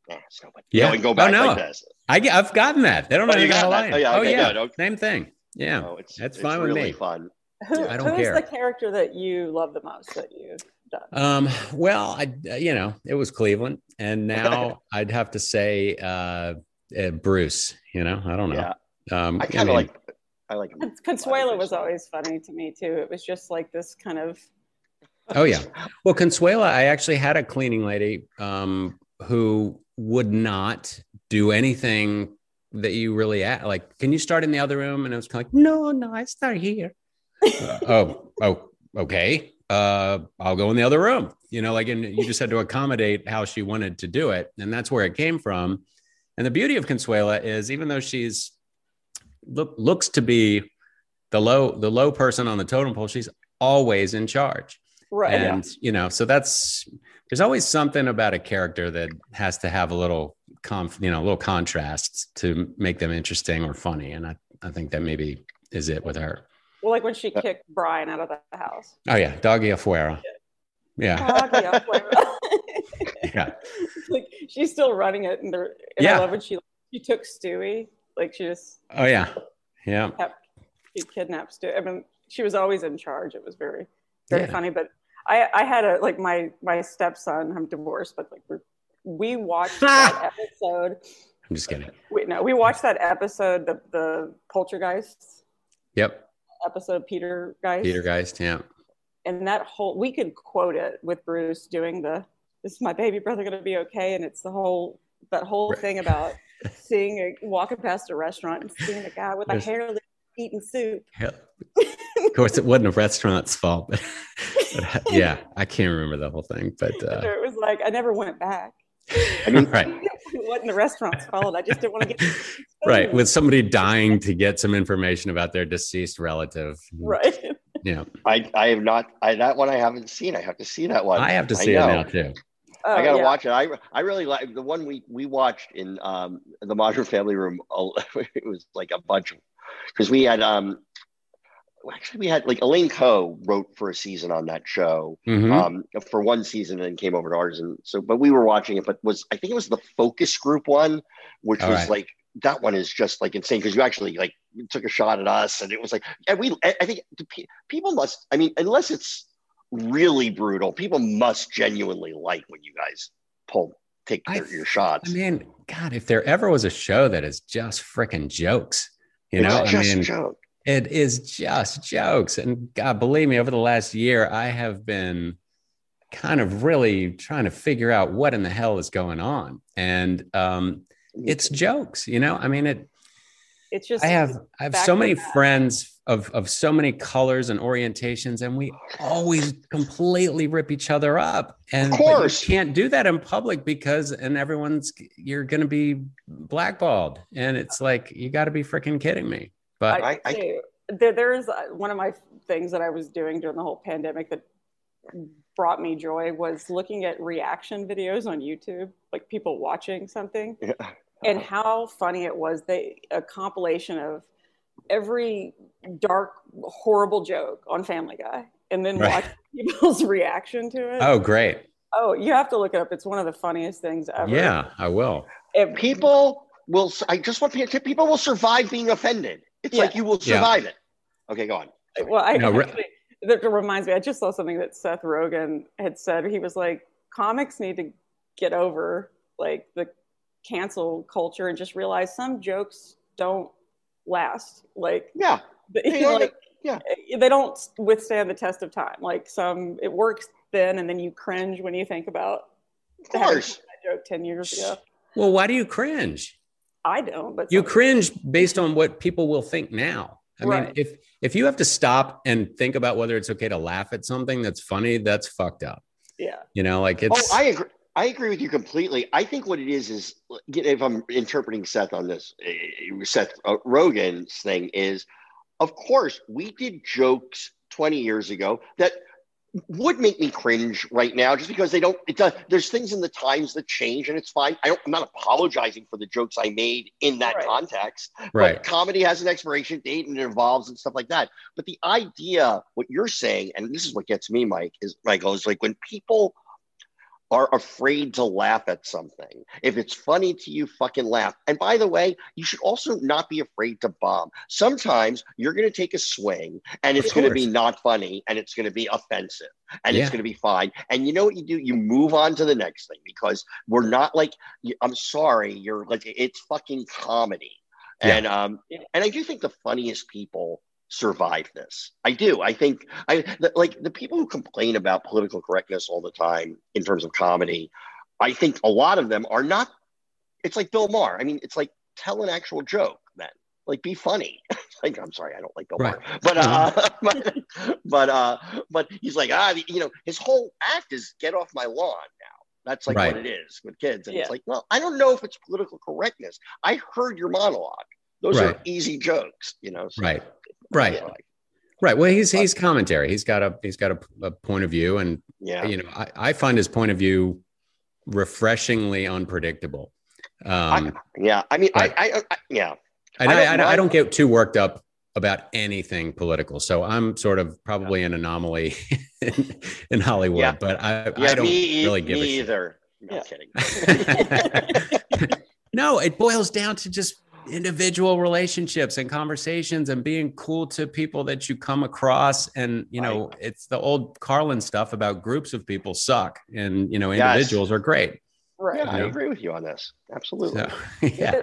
Speaker 3: eh, it's nobody
Speaker 5: Yeah.
Speaker 3: yeah. and go
Speaker 5: Oh,
Speaker 3: back
Speaker 5: no.
Speaker 3: like this.
Speaker 5: I get, I've gotten that. They don't know
Speaker 3: Oh, you
Speaker 5: anything
Speaker 3: got that.
Speaker 5: about lion.
Speaker 3: Oh, yeah,
Speaker 5: Oh
Speaker 3: okay,
Speaker 5: yeah,
Speaker 3: good, okay.
Speaker 5: same thing. Yeah,
Speaker 3: So it's
Speaker 5: that's
Speaker 3: it's
Speaker 5: fine with
Speaker 3: really
Speaker 5: me.
Speaker 3: fun.
Speaker 4: who,
Speaker 5: I don't
Speaker 4: who is
Speaker 5: care.
Speaker 4: the character that you love the most that you've done?
Speaker 5: Um, well, I you know it was Cleveland, and now I'd have to say uh, uh, Bruce. You know, I don't know.
Speaker 3: Yeah,
Speaker 5: Um,
Speaker 3: I kind of
Speaker 5: mean-
Speaker 3: like I like him.
Speaker 4: Consuelo was always funny to me too. It was just like this kind of
Speaker 5: Oh yeah. Well, Consuela, I actually had a cleaning lady um, who would not do anything that you really at. Like, can you start in the other room? And I was kind of like, no, no, I start here. Uh, oh, oh, okay. Uh, I'll go in the other room. You know, like, and you just had to accommodate how she wanted to do it, and that's where it came from. And the beauty of Consuela is, even though she's look looks to be the low the low person on the totem pole, she's always in charge
Speaker 4: right.
Speaker 5: and you know so that's there's always something about a character that has to have a little conf you know a little contrast to make them interesting or funny and i, I think that maybe is it with her
Speaker 4: Well, like when she kicked Brian out of the house.
Speaker 5: oh yeah doggy afuera yeah
Speaker 4: Claudia Fuera.
Speaker 5: yeah
Speaker 4: like she's still running it, and they're and
Speaker 5: Yeah.
Speaker 4: I love when she she took Stewie. Like she just
Speaker 5: oh yeah yeah
Speaker 4: she kidnapped Stewie. I mean, she was always in charge. It was very very
Speaker 5: Yeah.
Speaker 4: funny. But I I had a like my my stepson. I'm divorced, but like we we watched that episode.
Speaker 5: i'm just kidding
Speaker 4: We, no, we watched that episode the the poltergeist
Speaker 5: yep
Speaker 4: episode Peter Geist.
Speaker 5: peter geist yeah
Speaker 4: and that whole we could quote it with Bruce doing the is my baby brother going to be okay and it's the whole that whole
Speaker 5: Right.
Speaker 4: thing about seeing a walking past a restaurant and seeing a guy with a
Speaker 5: Yes.
Speaker 4: hair eating soup
Speaker 5: Yeah. of course it wasn't a restaurant's fault but, but, yeah i can't remember the whole thing but
Speaker 4: So
Speaker 5: uh,
Speaker 4: it was like I never went back
Speaker 3: I mean,
Speaker 5: right
Speaker 4: it wasn't the restaurant's fault I just didn't want to get
Speaker 5: right with somebody dying to get some information about their deceased relative
Speaker 4: right
Speaker 5: yeah
Speaker 3: I I have not I that one I haven't seen. I have to see that one.
Speaker 5: i have to see it
Speaker 3: know.
Speaker 5: now too
Speaker 4: Oh,
Speaker 3: I gotta
Speaker 4: yeah.
Speaker 3: watch it. I I really like the one we we watched in um the Modern Family Room. uh, It was like a bunch because we had um well, actually we had like Elaine Coe wrote for a season on that show
Speaker 5: Mhm.
Speaker 3: um for one season and then came over to ours and so but we were watching it but was I think it was the focus group one which
Speaker 5: All
Speaker 3: was
Speaker 5: right.
Speaker 3: like that one is just like insane because you actually like took a shot at us and it was like and we I I think the pe- people must I mean unless it's really brutal people must genuinely like when you guys pull take
Speaker 5: I-
Speaker 3: their, your shots
Speaker 5: I mean, God, if there ever was a show that is just freaking jokes, you know,
Speaker 3: it's
Speaker 5: I
Speaker 3: just a
Speaker 5: mean,
Speaker 3: joke
Speaker 5: it is just jokes. And God, believe me, over the last year, I have been kind of really trying to figure out what in the hell is going on. And um, it's jokes, you know, I mean, it,
Speaker 4: It's just
Speaker 5: I have I have
Speaker 4: back
Speaker 5: so
Speaker 4: to
Speaker 5: many
Speaker 4: back.
Speaker 5: friends of of so many colors and orientations, and we always completely rip each other up. And but you
Speaker 3: course.
Speaker 5: can't do that in public because and everyone's you're going to be blackballed, and it's like you got to be freaking kidding me. But
Speaker 3: I- I-
Speaker 4: too. there, there is uh, one of my things that I was doing during the whole pandemic that brought me joy was looking at reaction videos on YouTube, like people watching something,
Speaker 3: Yeah.
Speaker 4: and how funny it was. They a compilation of every dark, horrible joke on Family Guy, and then
Speaker 5: Right.
Speaker 4: watch people's reaction to it.
Speaker 5: oh, great!
Speaker 4: Oh, you have to look it up. It's one of the funniest things ever.
Speaker 5: Yeah, I will.
Speaker 4: It-
Speaker 3: people will i just want people people will survive being offended it's
Speaker 4: Yeah.
Speaker 3: like you will
Speaker 5: Yeah.
Speaker 3: survive it okay go on
Speaker 4: Well, I
Speaker 5: No, re-
Speaker 4: actually, that reminds me. I just saw something that Seth Rogen had said. He was like, comics need to get over like the cancel culture and just realize some jokes don't last. Like,
Speaker 3: yeah
Speaker 4: the-
Speaker 3: Yeah, yeah,
Speaker 4: like, eh,
Speaker 3: yeah.
Speaker 4: they don't withstand the test of time. Like some, it works then, and then you cringe when you think about
Speaker 3: of
Speaker 4: having
Speaker 3: course
Speaker 4: that joke ten years ago.
Speaker 5: Well, why do you cringe?
Speaker 4: I don't, but
Speaker 5: you
Speaker 4: some-
Speaker 5: cringe based on what people will think now i mean
Speaker 4: Right.
Speaker 5: if if you have to stop and think about whether it's okay to laugh at something that's funny that's fucked up
Speaker 4: yeah,
Speaker 5: you know like
Speaker 3: oh
Speaker 5: it's
Speaker 3: i agree I agree with you completely. I think what it is is, you know, if I'm interpreting Seth on this, eh, Seth uh, Rogen's thing is, of course, we did jokes 20 years ago that would make me cringe right now just because they don't it does, there's things in the times that change and it's fine i don't i'm not apologizing for the jokes i made in that
Speaker 4: Right.
Speaker 3: context
Speaker 5: right
Speaker 3: but comedy has an expiration date and it evolves and stuff like that but the idea what you're saying and this is what gets me mike is michael is like when people are afraid to laugh at something if it's funny to you fucking laugh and by the way you should also not be afraid to bomb sometimes you're going to take a swing and
Speaker 5: Of
Speaker 3: it's going to be
Speaker 5: course.
Speaker 3: not funny and it's going to be offensive and
Speaker 5: Yeah.
Speaker 3: it's going to be fine and you know what you do you move on to the next thing because we're not like you- i'm sorry you're like it's fucking comedy
Speaker 5: Yeah.
Speaker 3: and um
Speaker 4: Yeah.
Speaker 3: and i do think the funniest people survive this i do i think i the, like the people who complain about political correctness all the time in terms of comedy i think a lot of them are not it's like bill maher i mean it's like tell an actual joke then like be funny like i'm sorry i don't like bill
Speaker 5: Right.
Speaker 3: maher but
Speaker 5: Uh-huh.
Speaker 3: uh but, but uh but he's like ah the- you know his whole act is get off my lawn now that's like
Speaker 5: Right.
Speaker 3: what it is with kids and it's
Speaker 4: Yeah.
Speaker 3: like well i don't know if it's political correctness i heard your monologue those
Speaker 5: Right.
Speaker 3: are easy jokes you know so-
Speaker 5: right right
Speaker 3: yeah,
Speaker 5: right well he's
Speaker 3: But-
Speaker 5: he's commentary he's got a he's got a, a point of view and
Speaker 3: yeah.
Speaker 5: you know I, I find his point of view refreshingly unpredictable um
Speaker 3: Yeah, I mean, I,
Speaker 5: Right.
Speaker 3: I, I, yeah,
Speaker 5: and
Speaker 3: I
Speaker 5: I,
Speaker 3: don't
Speaker 5: I, don't, I
Speaker 3: mind-
Speaker 5: don't get too worked up about anything political so i'm sort of probably an anomaly in, in hollywood
Speaker 3: Yeah.
Speaker 5: but i,
Speaker 3: yeah,
Speaker 5: I don't
Speaker 3: me, e,
Speaker 5: really give a
Speaker 3: me
Speaker 5: shit.
Speaker 3: either. No,
Speaker 4: Yeah.
Speaker 3: kidding.
Speaker 5: no, it boils down to just individual relationships and conversations and being cool to people that you come across. And, you know, it's the old Carlin stuff about groups of people suck and, you know,
Speaker 3: Yes.
Speaker 5: individuals are great.
Speaker 4: right.
Speaker 3: Yeah, I
Speaker 5: Yeah.
Speaker 3: agree with you on this. Absolutely.
Speaker 5: So, yeah.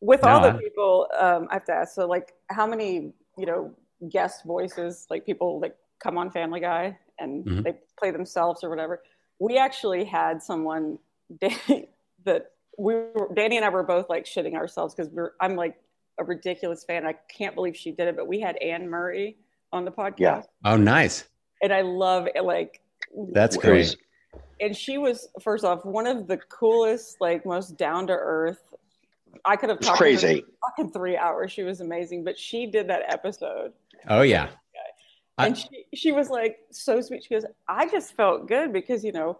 Speaker 4: with all
Speaker 5: No,
Speaker 4: the
Speaker 5: I-
Speaker 4: people um, i have to ask so like how many you know guest voices like people that come on family guy and
Speaker 5: Mhm.
Speaker 4: they play themselves or whatever we actually had someone danny, that we were, danny and i were both like shitting ourselves because we're i'm like a ridiculous fan i can't believe she did it but we had anne murray on the podcast
Speaker 3: Yeah.
Speaker 5: Oh, nice.
Speaker 4: and i love like
Speaker 5: That's
Speaker 3: It
Speaker 5: great.
Speaker 3: was-
Speaker 4: and she was first off one of the coolest like most down to earth i could have
Speaker 3: It's
Speaker 4: talked to her
Speaker 3: crazy.
Speaker 4: fucking three hours. She was amazing, but she did that episode,
Speaker 5: oh, yeah. I-
Speaker 4: and she she was like so sweet. She goes, "I just felt good because you know,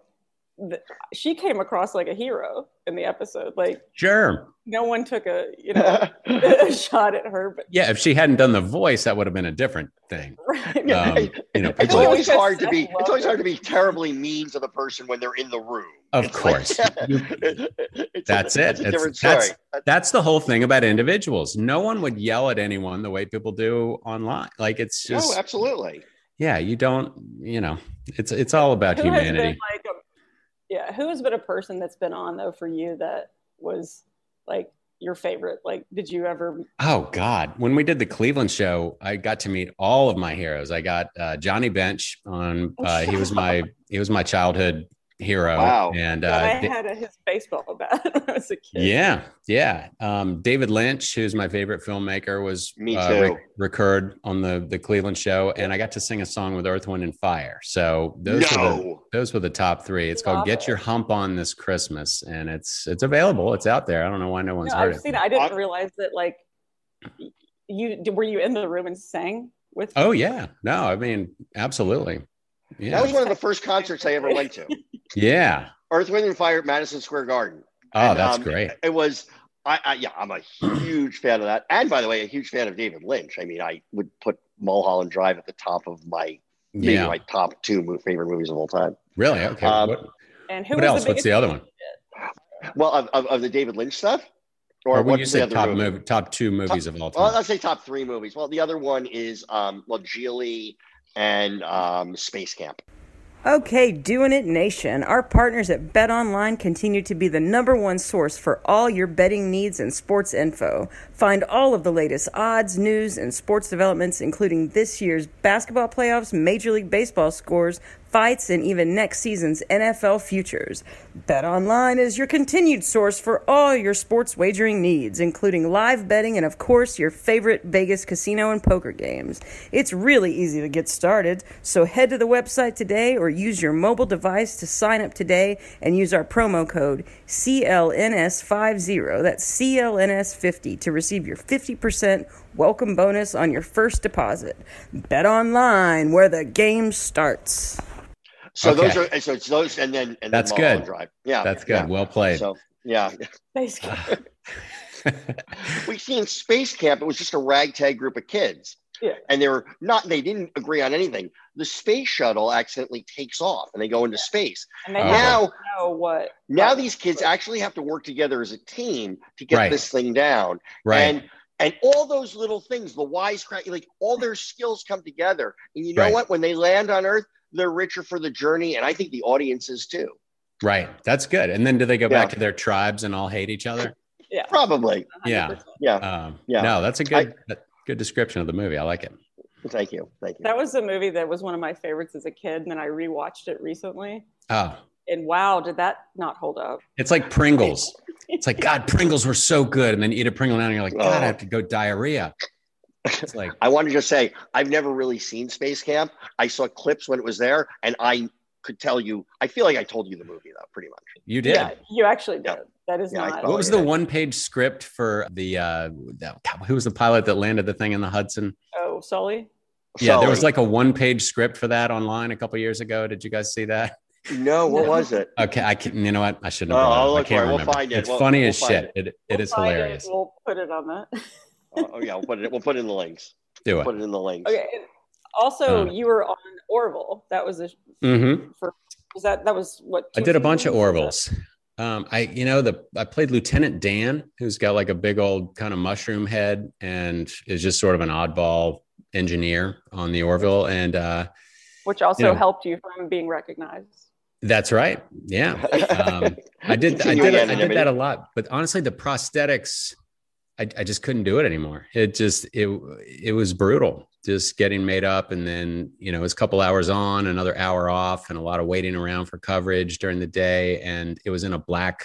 Speaker 4: the, she came across like a hero in the episode. Like
Speaker 5: Sure.
Speaker 4: no one took a you know
Speaker 3: yeah,
Speaker 4: a shot at her, but
Speaker 5: Yeah. If she hadn't done the voice, that would have been a different thing.
Speaker 4: right.
Speaker 5: Um, you know,
Speaker 3: it's
Speaker 5: people,
Speaker 4: all-
Speaker 3: always hard to be.
Speaker 4: Love
Speaker 3: It's always
Speaker 4: it.
Speaker 3: hard to be terribly mean to the person when they're in the room.
Speaker 5: of
Speaker 3: It's like-
Speaker 5: course. You-
Speaker 3: It's a-
Speaker 5: That's
Speaker 3: That's
Speaker 5: it.
Speaker 3: a
Speaker 5: It's-
Speaker 3: different
Speaker 5: that's-
Speaker 3: story. Uh,
Speaker 5: That's the whole thing about individuals. No one would yell at anyone the way people do online. Like it's just
Speaker 3: no, absolutely.
Speaker 5: yeah, you don't, you know, it's it's all about
Speaker 4: who has been
Speaker 5: humanity.
Speaker 4: like a, yeah, who has been a person that's been on though for you that was like your favorite? Like, did you ever?
Speaker 5: Oh God, when we did the Cleveland show, I got to meet
Speaker 4: Oh,
Speaker 5: all of my heroes. I got uh, Johnny Bench on. Uh, he was my he was my childhood hero.
Speaker 3: Wow.
Speaker 5: And
Speaker 4: But I
Speaker 5: uh, Da-
Speaker 4: had a, his baseball bat when I was a kid.
Speaker 5: yeah, yeah. Um, David Lynch, who's my favorite filmmaker, was
Speaker 3: Me
Speaker 5: uh,
Speaker 3: too.
Speaker 5: recurred on the the Cleveland show, and I got to sing a song with Earth, Wind, and Fire. So those were the,
Speaker 3: no.
Speaker 5: those were the top three. It's called
Speaker 4: Love
Speaker 5: "Get
Speaker 4: it.
Speaker 5: Your Hump On" this Christmas, and it's it's available. It's out there. I don't know why no one's
Speaker 4: No,
Speaker 5: heard
Speaker 4: I've
Speaker 5: it.
Speaker 4: seen it. I didn't
Speaker 3: I-
Speaker 4: realize that like you were you in the room and sang with
Speaker 5: Oh yeah, no, I mean absolutely. Yeah,
Speaker 3: That was one of the first concerts I ever went to.
Speaker 5: yeah.
Speaker 3: Earth, Wind, and Fire at Madison Square Garden.
Speaker 5: Oh,
Speaker 3: And,
Speaker 5: that's
Speaker 3: um,
Speaker 5: great.
Speaker 3: It was, I, I yeah, I'm a huge fan of that. And by the way, a huge fan of David Lynch. I mean, I would put Mulholland Drive at the top of my maybe
Speaker 5: Yeah,
Speaker 3: my top two mo- favorite movies of all time.
Speaker 5: really. Okay.
Speaker 3: Um,
Speaker 5: what
Speaker 4: and who
Speaker 5: what
Speaker 4: was
Speaker 5: else?
Speaker 4: the
Speaker 5: What's
Speaker 4: biggest
Speaker 5: the other one?
Speaker 3: Well, of, of, of the David Lynch stuff,
Speaker 5: Or when
Speaker 3: what's
Speaker 5: you
Speaker 3: the
Speaker 5: said
Speaker 3: other
Speaker 5: top
Speaker 3: movie?
Speaker 5: mov- top two movies of all
Speaker 3: Well,
Speaker 5: time.
Speaker 3: let's say top three movies. Well, the other one is um, well, Geely and um, Space Camp.
Speaker 6: Okay, doing it nation. Our partners at Bet Online continue to be the number one source for all your betting needs and sports info. Find all of the latest odds, news, and sports developments, including this year's basketball playoffs, Major League Baseball scores, fights, and even next season's NFL futures. Bet Online is your continued source for all your sports wagering needs, including live betting and, of course, your favorite Vegas casino and poker games. It's really easy to get started, so head to the website today or use your mobile device to sign up today and use our promo code CLNS50, that's CLNS50, to receive your 50% welcome bonus on your first deposit. Bet online, where the game starts.
Speaker 3: So
Speaker 5: Okay.
Speaker 3: those are so it's those and then and
Speaker 5: That's
Speaker 3: then Mulholland
Speaker 5: good.
Speaker 3: Drive. Yeah,
Speaker 5: that's good.
Speaker 3: yeah.
Speaker 5: Well played.
Speaker 3: So yeah,
Speaker 4: space camp?
Speaker 3: we see in Space Camp, it was just a ragtag group of kids.
Speaker 4: Yeah.
Speaker 3: And they were not, they didn't agree on anything. The space shuttle accidentally takes off and they go into space.
Speaker 4: And they
Speaker 5: Oh.
Speaker 4: didn't
Speaker 3: Now,
Speaker 4: know what
Speaker 3: now
Speaker 4: Right.
Speaker 3: these kids actually have to work together as a team to get
Speaker 5: Right.
Speaker 3: this thing down.
Speaker 5: right.
Speaker 3: And, and all those little things, the wisecrack, like all their skills come together. And you know
Speaker 5: Right.
Speaker 3: what? When they land on Earth, they're richer for the journey. And I think the audience is too.
Speaker 5: right. That's good. And then do they go back
Speaker 3: Yeah.
Speaker 5: to their tribes and all hate each other?
Speaker 4: yeah
Speaker 3: Probably.
Speaker 4: 100%.
Speaker 5: Yeah.
Speaker 3: Yeah.
Speaker 5: Um,
Speaker 3: Yeah.
Speaker 5: No, that's a good that- good description of the movie. I like it.
Speaker 3: Thank you. Thank you.
Speaker 4: that was a movie that was one of my favorites as a kid and then I rewatched it recently
Speaker 5: Oh,
Speaker 4: and wow did that not hold up
Speaker 5: it's like Pringles. It's like God, Pringles were so good, and then you eat a Pringle now, and you're like, God, I
Speaker 3: Oh.
Speaker 5: have to go diarrhea. It's like
Speaker 3: I want to just say I've never really seen Space Camp. I saw clips when it was there, and I could tell you. I feel like I told you the movie though, pretty much.
Speaker 5: you did.
Speaker 3: Yeah.
Speaker 4: you actually did
Speaker 3: Yeah.
Speaker 4: that is
Speaker 3: Yeah, I
Speaker 4: not
Speaker 3: thought-
Speaker 5: What was the one page script for the uh, that, God, who was the pilot that landed the thing in the Hudson?
Speaker 4: oh Sully
Speaker 5: Yeah, there
Speaker 3: So-
Speaker 5: was like a one page script for that online a couple years ago. Did you guys see that?
Speaker 3: no. What
Speaker 4: No.
Speaker 3: was it?
Speaker 5: Okay, I can. You know what? I
Speaker 3: Oh,
Speaker 5: shouldn't. Have brought it up.
Speaker 3: I'll
Speaker 5: I
Speaker 3: look
Speaker 5: can't
Speaker 3: for it. We'll
Speaker 5: remember.
Speaker 3: find it.
Speaker 5: It's
Speaker 3: We'll-
Speaker 5: funny
Speaker 3: we'll
Speaker 5: as
Speaker 3: find
Speaker 5: shit. It, it is
Speaker 4: Find it,
Speaker 5: hilarious.
Speaker 4: we'll put it on that
Speaker 3: Oh, oh, yeah, we'll put it. We'll put it in the links.
Speaker 5: Do it.
Speaker 3: Put it in the links.
Speaker 4: okay and also
Speaker 5: Uh.
Speaker 4: you were on Orville that was a
Speaker 5: Mm-hmm.
Speaker 4: was that that was what
Speaker 5: I
Speaker 4: two
Speaker 5: did a bunch of
Speaker 4: seasons?
Speaker 5: Orville's. Um, I, you know, the I played Lieutenant Dan, who's got like a big old kind of mushroom head and is just sort of an oddball engineer on the Orville. And uh,
Speaker 4: which also
Speaker 5: you know.
Speaker 4: helped you from being recognized
Speaker 5: that's right. Yeah. Um, I did.
Speaker 3: Continuing
Speaker 5: I did. I did
Speaker 3: anonymity.
Speaker 5: that a lot. But honestly, the prosthetics, I, I just couldn't do it anymore. It just it it was brutal. Just getting made up, and then you know, it was a couple hours on, another hour off, and a lot of waiting around for coverage during the day. And it was in a black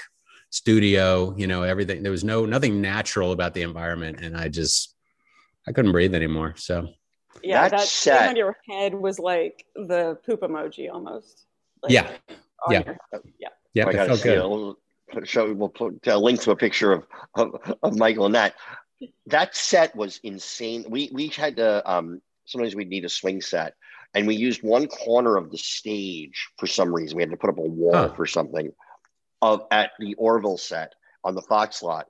Speaker 5: studio. You know, everything. There was no nothing natural about the environment, and I just I couldn't breathe anymore. So
Speaker 4: yeah
Speaker 3: That
Speaker 4: that
Speaker 3: set-
Speaker 4: thing on your head was like the poop emoji almost like,
Speaker 5: yeah,
Speaker 4: on
Speaker 5: yeah.
Speaker 4: your-
Speaker 5: yeah,
Speaker 3: I
Speaker 5: it
Speaker 3: gotta
Speaker 5: felt
Speaker 3: see
Speaker 5: good.
Speaker 3: it. We'll put- Show we'll put a link to a picture of, of of Michael and that. That set was insane. We we had to um sometimes we'd need a swing set and we used one corner of the stage for some reason. We had to put up a wall
Speaker 5: Huh.
Speaker 3: for something of at the Orville set on the Fox lot.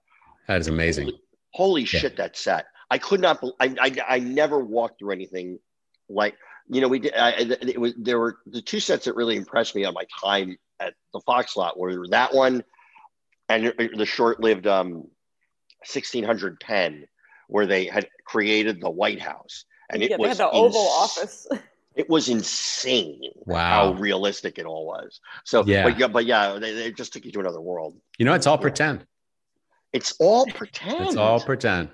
Speaker 5: That is amazing.
Speaker 3: Holy
Speaker 5: Yeah.
Speaker 3: shit, that set. I could not bel I, I I never walked through anything like you know we did I, I- it was there were the two sets that really impressed me on my time at the Fox lot were that one and uh, the short-lived um 1600 pen where they had created the White House and it
Speaker 4: yeah,
Speaker 3: was
Speaker 4: they had the Oval
Speaker 3: ins-
Speaker 4: Office.
Speaker 3: It was insane how
Speaker 5: Wow.
Speaker 3: realistic it all was. So
Speaker 5: Yeah.
Speaker 3: but yeah, but yeah, they, they just took you to another world.
Speaker 5: You know, it's all pretend.
Speaker 3: It's all pretend.
Speaker 5: It's all pretend.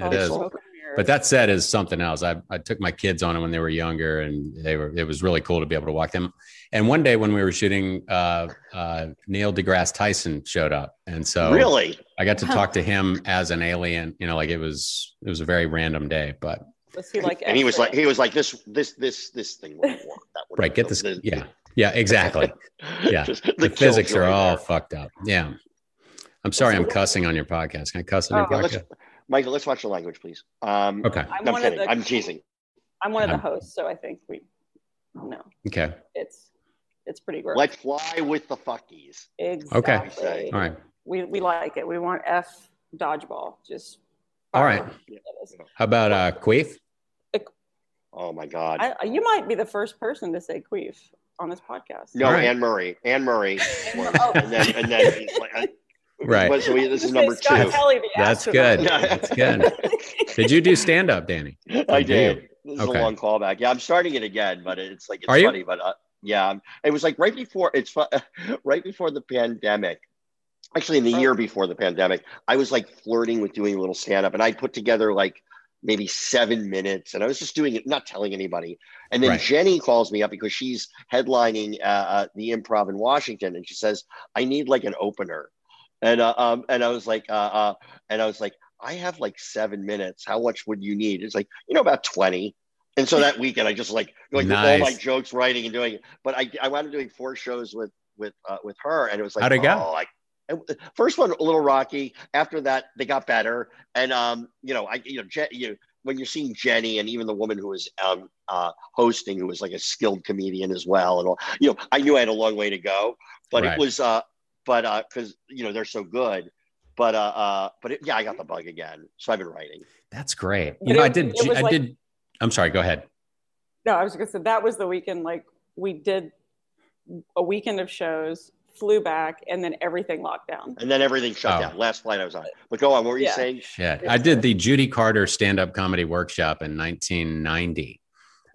Speaker 4: Oh,
Speaker 5: It is.
Speaker 4: smoke and mirrors.
Speaker 5: But that set is something else. I, I took my kids on it when they were younger, and they were. It was really cool to be able to walk them. And one day when we were shooting, uh, uh, Neil deGrasse Tyson showed up, and so
Speaker 3: really?
Speaker 5: I got to talk to him as an alien. You know, like it was it was a very random day, but
Speaker 4: Was he like?
Speaker 3: and he was
Speaker 4: extra?
Speaker 3: like, he was like, this, this, this, this thing wouldn't work. That wouldn't
Speaker 5: right, get this.
Speaker 3: the-
Speaker 5: Yeah, yeah, exactly. Yeah,
Speaker 3: Just
Speaker 5: The physics are
Speaker 3: killjoy
Speaker 5: all
Speaker 3: there.
Speaker 5: fucked up. Yeah, I'm sorry, I'm cussing on your podcast. Can I cuss on your
Speaker 4: Oh. Yeah,
Speaker 3: let's-
Speaker 5: podcast?
Speaker 3: Michael, let's watch the language, please. Um,
Speaker 5: Okay,
Speaker 4: I'm,
Speaker 3: I'm
Speaker 4: one of
Speaker 3: kidding.
Speaker 4: the.
Speaker 3: I'm
Speaker 4: I'm,
Speaker 3: teasing.
Speaker 4: one of the
Speaker 5: I'm-
Speaker 4: hosts, so I think we. No,
Speaker 5: okay,
Speaker 4: it's it's pretty gross.
Speaker 3: Let's fly with the fuckies.
Speaker 4: exactly.
Speaker 5: all right,
Speaker 4: We we like it. We want F dodgeball. Just
Speaker 5: all right. How about uh, queef?
Speaker 3: Oh my God.
Speaker 4: I, I- you might be the first person to say queef on this podcast.
Speaker 3: no,
Speaker 5: All right.
Speaker 3: Anne Murray. Anne Murray. was-
Speaker 4: Oh.
Speaker 3: And then, and then he's like, I-
Speaker 5: Right.
Speaker 3: was- so we- this
Speaker 4: Just
Speaker 3: is
Speaker 4: say
Speaker 3: number
Speaker 4: Scott
Speaker 3: two.
Speaker 4: Kelly, the
Speaker 5: That's
Speaker 4: astronaut.
Speaker 5: good. That's good. Did you do stand up, Danny?
Speaker 3: I
Speaker 5: Oh,
Speaker 3: did. This is
Speaker 5: Okay.
Speaker 3: a long callback. Yeah, I'm starting it again, but it's like it's
Speaker 5: Are you?
Speaker 3: funny. But uh, yeah, I'm- it was like right before it's fu- right before the pandemic. Actually, in the year before the pandemic, I was like flirting with doing a little stand up, and I put together like maybe seven minutes, and I was just doing it, not telling anybody. And then
Speaker 5: Right.
Speaker 3: Jenny calls me up because she's headlining uh, uh, the Improv in Washington, and she says, "I need like an opener," and uh, um, and I was like, uh, uh, and I was like. I have like seven minutes. How much would you need? It's like, you know, about 20. And so that weekend, I just like, like
Speaker 5: Nice.
Speaker 3: all my jokes writing and doing it. But I, I wound up doing four shows with, with, uh, with her. And it was like,
Speaker 5: How'd it go?
Speaker 3: oh, like, and the first one, a little rocky. After that, they got better. And, um, you know, I, you know, Je- you, when you're seeing Jenny and even the woman who was um, uh, hosting, who was like a skilled comedian as well, and all, you know, I knew I had a long way to go, but
Speaker 5: Right.
Speaker 3: it was, uh, but uh, because you know they're so good, but uh, uh but it, yeah, I got the bug again, so I've been writing.
Speaker 5: That's great.
Speaker 4: But
Speaker 5: you know,
Speaker 4: it-
Speaker 5: I did.
Speaker 4: it was
Speaker 5: I
Speaker 4: like-
Speaker 5: did. I'm sorry. Go ahead.
Speaker 4: No, I was gonna say that was the weekend. Like we did a weekend of shows, flew back, and then everything locked down.
Speaker 3: And then everything shut
Speaker 5: Oh.
Speaker 3: down. Last flight I was on. But go on. What were you
Speaker 4: Yeah.
Speaker 3: saying?
Speaker 5: Shit. I did the Judy Carter stand up comedy workshop in 1990.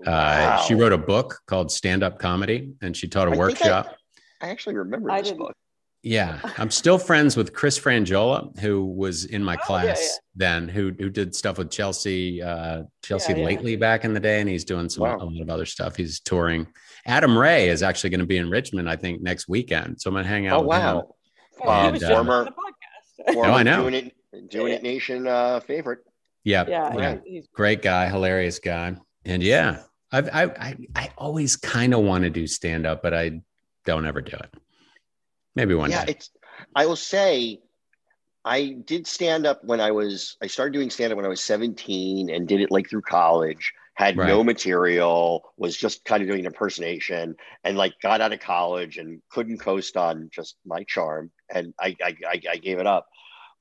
Speaker 5: Uh, She
Speaker 3: Wow.
Speaker 5: wrote a book called Stand Up Comedy, and she taught a
Speaker 3: I think I-
Speaker 5: workshop.
Speaker 3: I actually remember
Speaker 4: I
Speaker 3: this
Speaker 4: didn't-
Speaker 3: book.
Speaker 5: Yeah, I'm still friends with Chris Frangiola, who was in my
Speaker 4: Oh, yeah,
Speaker 5: class
Speaker 4: yeah.
Speaker 5: then, who who did stuff with Chelsea uh, Chelsea
Speaker 4: Yeah, yeah.
Speaker 5: lately back in the day, and he's doing some
Speaker 3: Wow.
Speaker 5: a lot of other stuff. He's touring. Adam Ray is actually going to be in Richmond, I think, next weekend, so I'm going to hang out.
Speaker 3: Oh
Speaker 5: with him.
Speaker 3: wow.
Speaker 4: Oh, he
Speaker 5: And,
Speaker 4: was
Speaker 5: uh,
Speaker 4: just on
Speaker 3: former-
Speaker 4: the podcast.
Speaker 3: Former
Speaker 5: I know.
Speaker 3: Doing it, doing it nation uh, favorite.
Speaker 5: Yeah,
Speaker 4: yeah,
Speaker 5: yeah.
Speaker 4: he- he's-
Speaker 5: great guy, hilarious guy, and yeah, I've, I I I always kind of want to do stand up, but I don't ever do it. Maybe one
Speaker 3: yeah,
Speaker 5: day.
Speaker 3: it's. I will say, I did stand up when I was. I started doing stand up when I was seventeen, and did it like through college. Had no
Speaker 5: Right.
Speaker 3: material, was just kind of doing an impersonation, and like got out of college and couldn't coast on just my charm, and I I, I, I gave it up.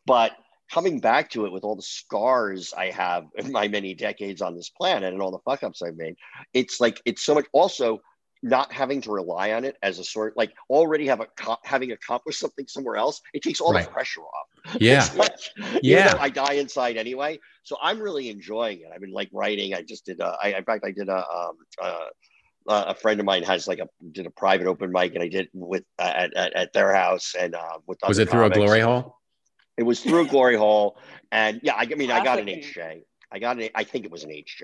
Speaker 3: But coming back to it with all the scars I have in my many decades on this planet and all the fuck ups I've made, it's like it's so much. Also, not having to rely on it as a sort like already have a having accomplished something somewhere else it takes all
Speaker 5: Right.
Speaker 3: the pressure off
Speaker 5: Yeah,
Speaker 3: It's like, you
Speaker 5: Yeah.
Speaker 3: know, i die inside anyway so i'm really enjoying it i've been like writing i just did a, I, in fact i did a um uh, uh, a friend of mine has like a did a private open mic and i did with at, at, at their house and uh with
Speaker 5: was
Speaker 3: other
Speaker 5: it through a
Speaker 3: comics.
Speaker 5: glory hole?
Speaker 3: it was through glory hole and yeah i, I mean i got an
Speaker 4: Classic.
Speaker 3: hj i got an i think it was an hj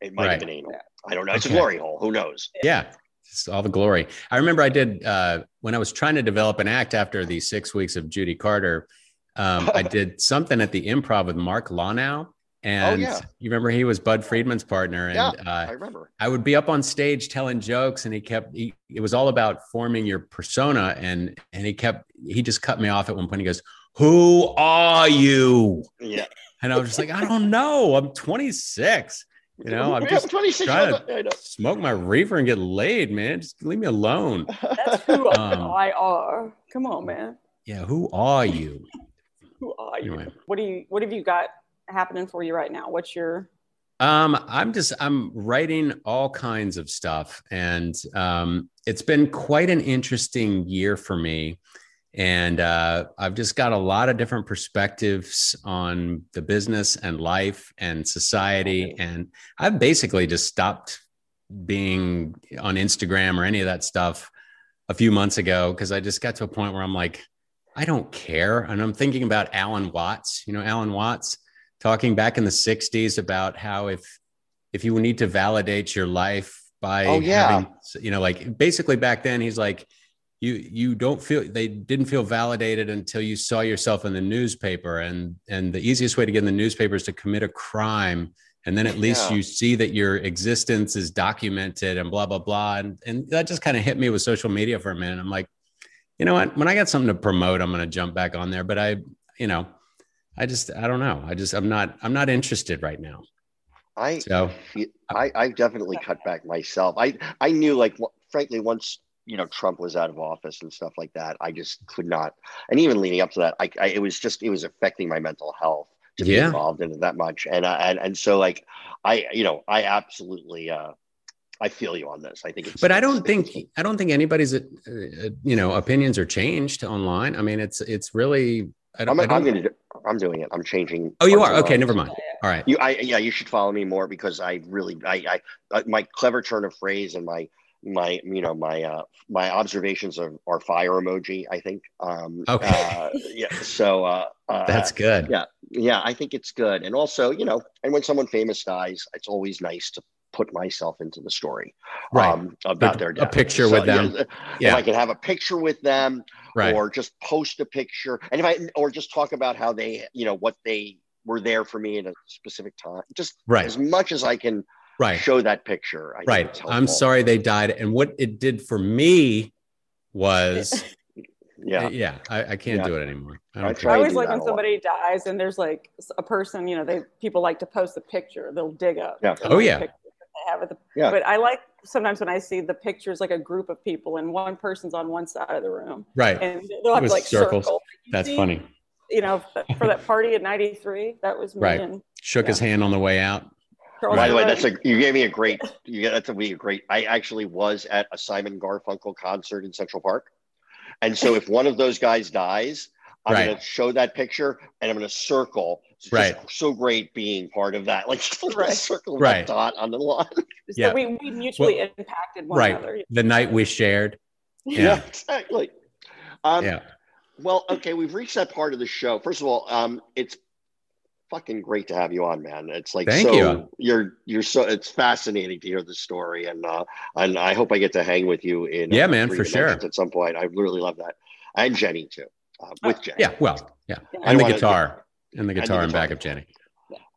Speaker 3: it might
Speaker 5: Right.
Speaker 3: have been anal i don't know it's
Speaker 5: Okay.
Speaker 3: a glory hole who knows
Speaker 5: yeah it's all the glory i remember i did uh, when i was trying to develop an act after the six weeks of judy carter um, i did something at the improv with mark Lanau,
Speaker 3: Oh,
Speaker 5: and
Speaker 3: yeah.
Speaker 5: you remember he was bud friedman's partner and
Speaker 3: Yeah,
Speaker 5: uh,
Speaker 3: i remember
Speaker 5: I would be up on stage telling jokes, and he kept. He, it was all about forming your persona, and and he kept. He just cut me off at one point. He goes, "Who are you?"
Speaker 3: yeah
Speaker 5: And I was just like, "I don't know. I'm 26. You know, I'm
Speaker 3: Yeah,
Speaker 5: just
Speaker 3: 26
Speaker 5: trying
Speaker 3: years old. I know.
Speaker 5: smoke my reefer and get laid, man. Just leave me alone."
Speaker 4: That's who
Speaker 5: Um,
Speaker 4: I are. Come on, man.
Speaker 5: Yeah, who are you?
Speaker 4: Who are you?
Speaker 5: Anyway,
Speaker 4: What do you? What have you got happening for you right now? What's your?
Speaker 5: um, I'm just I'm writing all kinds of stuff, and um, it's been quite an interesting year for me. And uh, I've just got a lot of different perspectives on the business and life and society, and I've basically just stopped being on Instagram or any of that stuff a few months ago because I just got to a point where I'm like, I don't care. And I'm thinking about Alan Watts. You know, Alan Watts, talking back in the 60s about how if if you need to validate your life by
Speaker 3: Oh, yeah.
Speaker 5: having, you know like basically back then he's like you you don't feel they didn't feel validated until you saw yourself in the newspaper and and the easiest way to get in the newspaper is to commit a crime and then at least
Speaker 3: Yeah.
Speaker 5: you see that your existence is documented and blah blah blah and and that just kind of hit me with social media for a minute i'm like you know what when i got something to promote i'm going to jump back on there but i you know i just i don't know i just i'm not i'm not interested right now
Speaker 3: I
Speaker 5: so
Speaker 3: Yeah, I, I definitely cut back myself. I, I knew like, wh- frankly, once, you know, Trump was out of office and stuff like that, I just could not, and even leading up to that, I, I it was just, it was affecting my mental health to be
Speaker 5: Yeah.
Speaker 3: involved in it that much. And I, and, and so like, I, you know, I absolutely, uh, I feel you on this. I think it's,
Speaker 5: but i
Speaker 3: it's-
Speaker 5: don't think i don't think anybody's uh, uh, you know opinions are changed online i mean it's it's really i
Speaker 3: I'm,
Speaker 5: don't, I don't
Speaker 3: I'm going to, I'm doing it. I'm changing.
Speaker 5: oh you
Speaker 3: parts
Speaker 5: are
Speaker 3: of
Speaker 5: okay
Speaker 3: mine.
Speaker 5: never mind all right
Speaker 3: You, I, yeah, you should follow me more because I really, I, I, uh, my clever turn of phrase and my, my, you know, my, uh, my observations are, are fire emoji. I think. Um,
Speaker 5: Okay.
Speaker 3: Uh, yeah. So. Uh, uh,
Speaker 5: that's good
Speaker 3: yeah. yeah. I think it's good, and also, you know, and when someone famous dies, it's always nice to put myself into the story.
Speaker 5: right
Speaker 3: Um, about
Speaker 5: Like
Speaker 3: their
Speaker 5: a
Speaker 3: death.
Speaker 5: picture with them.
Speaker 3: If
Speaker 5: Yeah.
Speaker 3: I can have a picture with them,
Speaker 5: right
Speaker 3: or just post a picture and if i or just talk about how they you know what they were there for me at a specific time just
Speaker 5: Right.
Speaker 3: as much as i can
Speaker 5: right
Speaker 3: show that picture I think
Speaker 5: right
Speaker 3: it's
Speaker 5: i'm
Speaker 3: helpful.
Speaker 5: sorry they died and what it did for me was uh,
Speaker 3: yeah
Speaker 5: yeah i, I can't
Speaker 3: Yeah.
Speaker 5: do it anymore i
Speaker 3: I
Speaker 5: don't
Speaker 4: I
Speaker 3: tried
Speaker 5: care
Speaker 4: always
Speaker 3: do
Speaker 4: like
Speaker 3: that
Speaker 4: when
Speaker 3: a lot.
Speaker 4: somebody dies and there's like s- a person, you know, they people like to post the picture. They'll dig up.
Speaker 3: Yeah.
Speaker 4: the
Speaker 5: Oh, yeah.
Speaker 4: picture that They have of the,
Speaker 3: Yeah.
Speaker 4: But I like sometimes when I see the pictures, like a group of people, and one person's on one side of the room,
Speaker 5: right
Speaker 4: and they'll have
Speaker 5: With
Speaker 4: to, like
Speaker 5: circles.
Speaker 4: circle. You
Speaker 5: that's
Speaker 4: see,
Speaker 5: funny
Speaker 4: You know, f- for that party in '93, that was me
Speaker 5: Right.
Speaker 4: and
Speaker 5: shook his hand on the way out
Speaker 4: Charles.
Speaker 3: by the way
Speaker 4: Rose.
Speaker 3: that's a you gave me a great you, that's a really great i actually was at a simon garfunkel concert in central park and so if one of those guys dies I'm
Speaker 5: Right.
Speaker 3: going to show that picture and I'm going to circle. It's just
Speaker 5: Right.
Speaker 3: So great being part of that. Like, just a little
Speaker 4: Right.
Speaker 3: circle with a
Speaker 5: Right.
Speaker 3: dot on the line.
Speaker 4: So
Speaker 5: yeah.
Speaker 4: we, we mutually impacted one
Speaker 5: right
Speaker 4: another.
Speaker 5: the night we shared Yeah.
Speaker 3: exactly. Um,
Speaker 5: yeah
Speaker 3: Well, okay, we've reached that part of the show. First of all, um, it's fucking great to have you on, man. It's like
Speaker 5: Thank
Speaker 3: so
Speaker 5: you.
Speaker 3: you're you're so it's fascinating to hear the story, and uh, and I hope I get to hang with you in uh,
Speaker 5: Yeah, man,
Speaker 3: three
Speaker 5: for sure. Oh,
Speaker 3: dimensions at some point. I really love that, and Jenny too, uh, with Jenny.
Speaker 5: yeah well yeah
Speaker 4: I
Speaker 5: and the
Speaker 3: wanna-
Speaker 5: guitar and the
Speaker 3: the
Speaker 5: guitar and
Speaker 3: guitar.
Speaker 5: back of jenny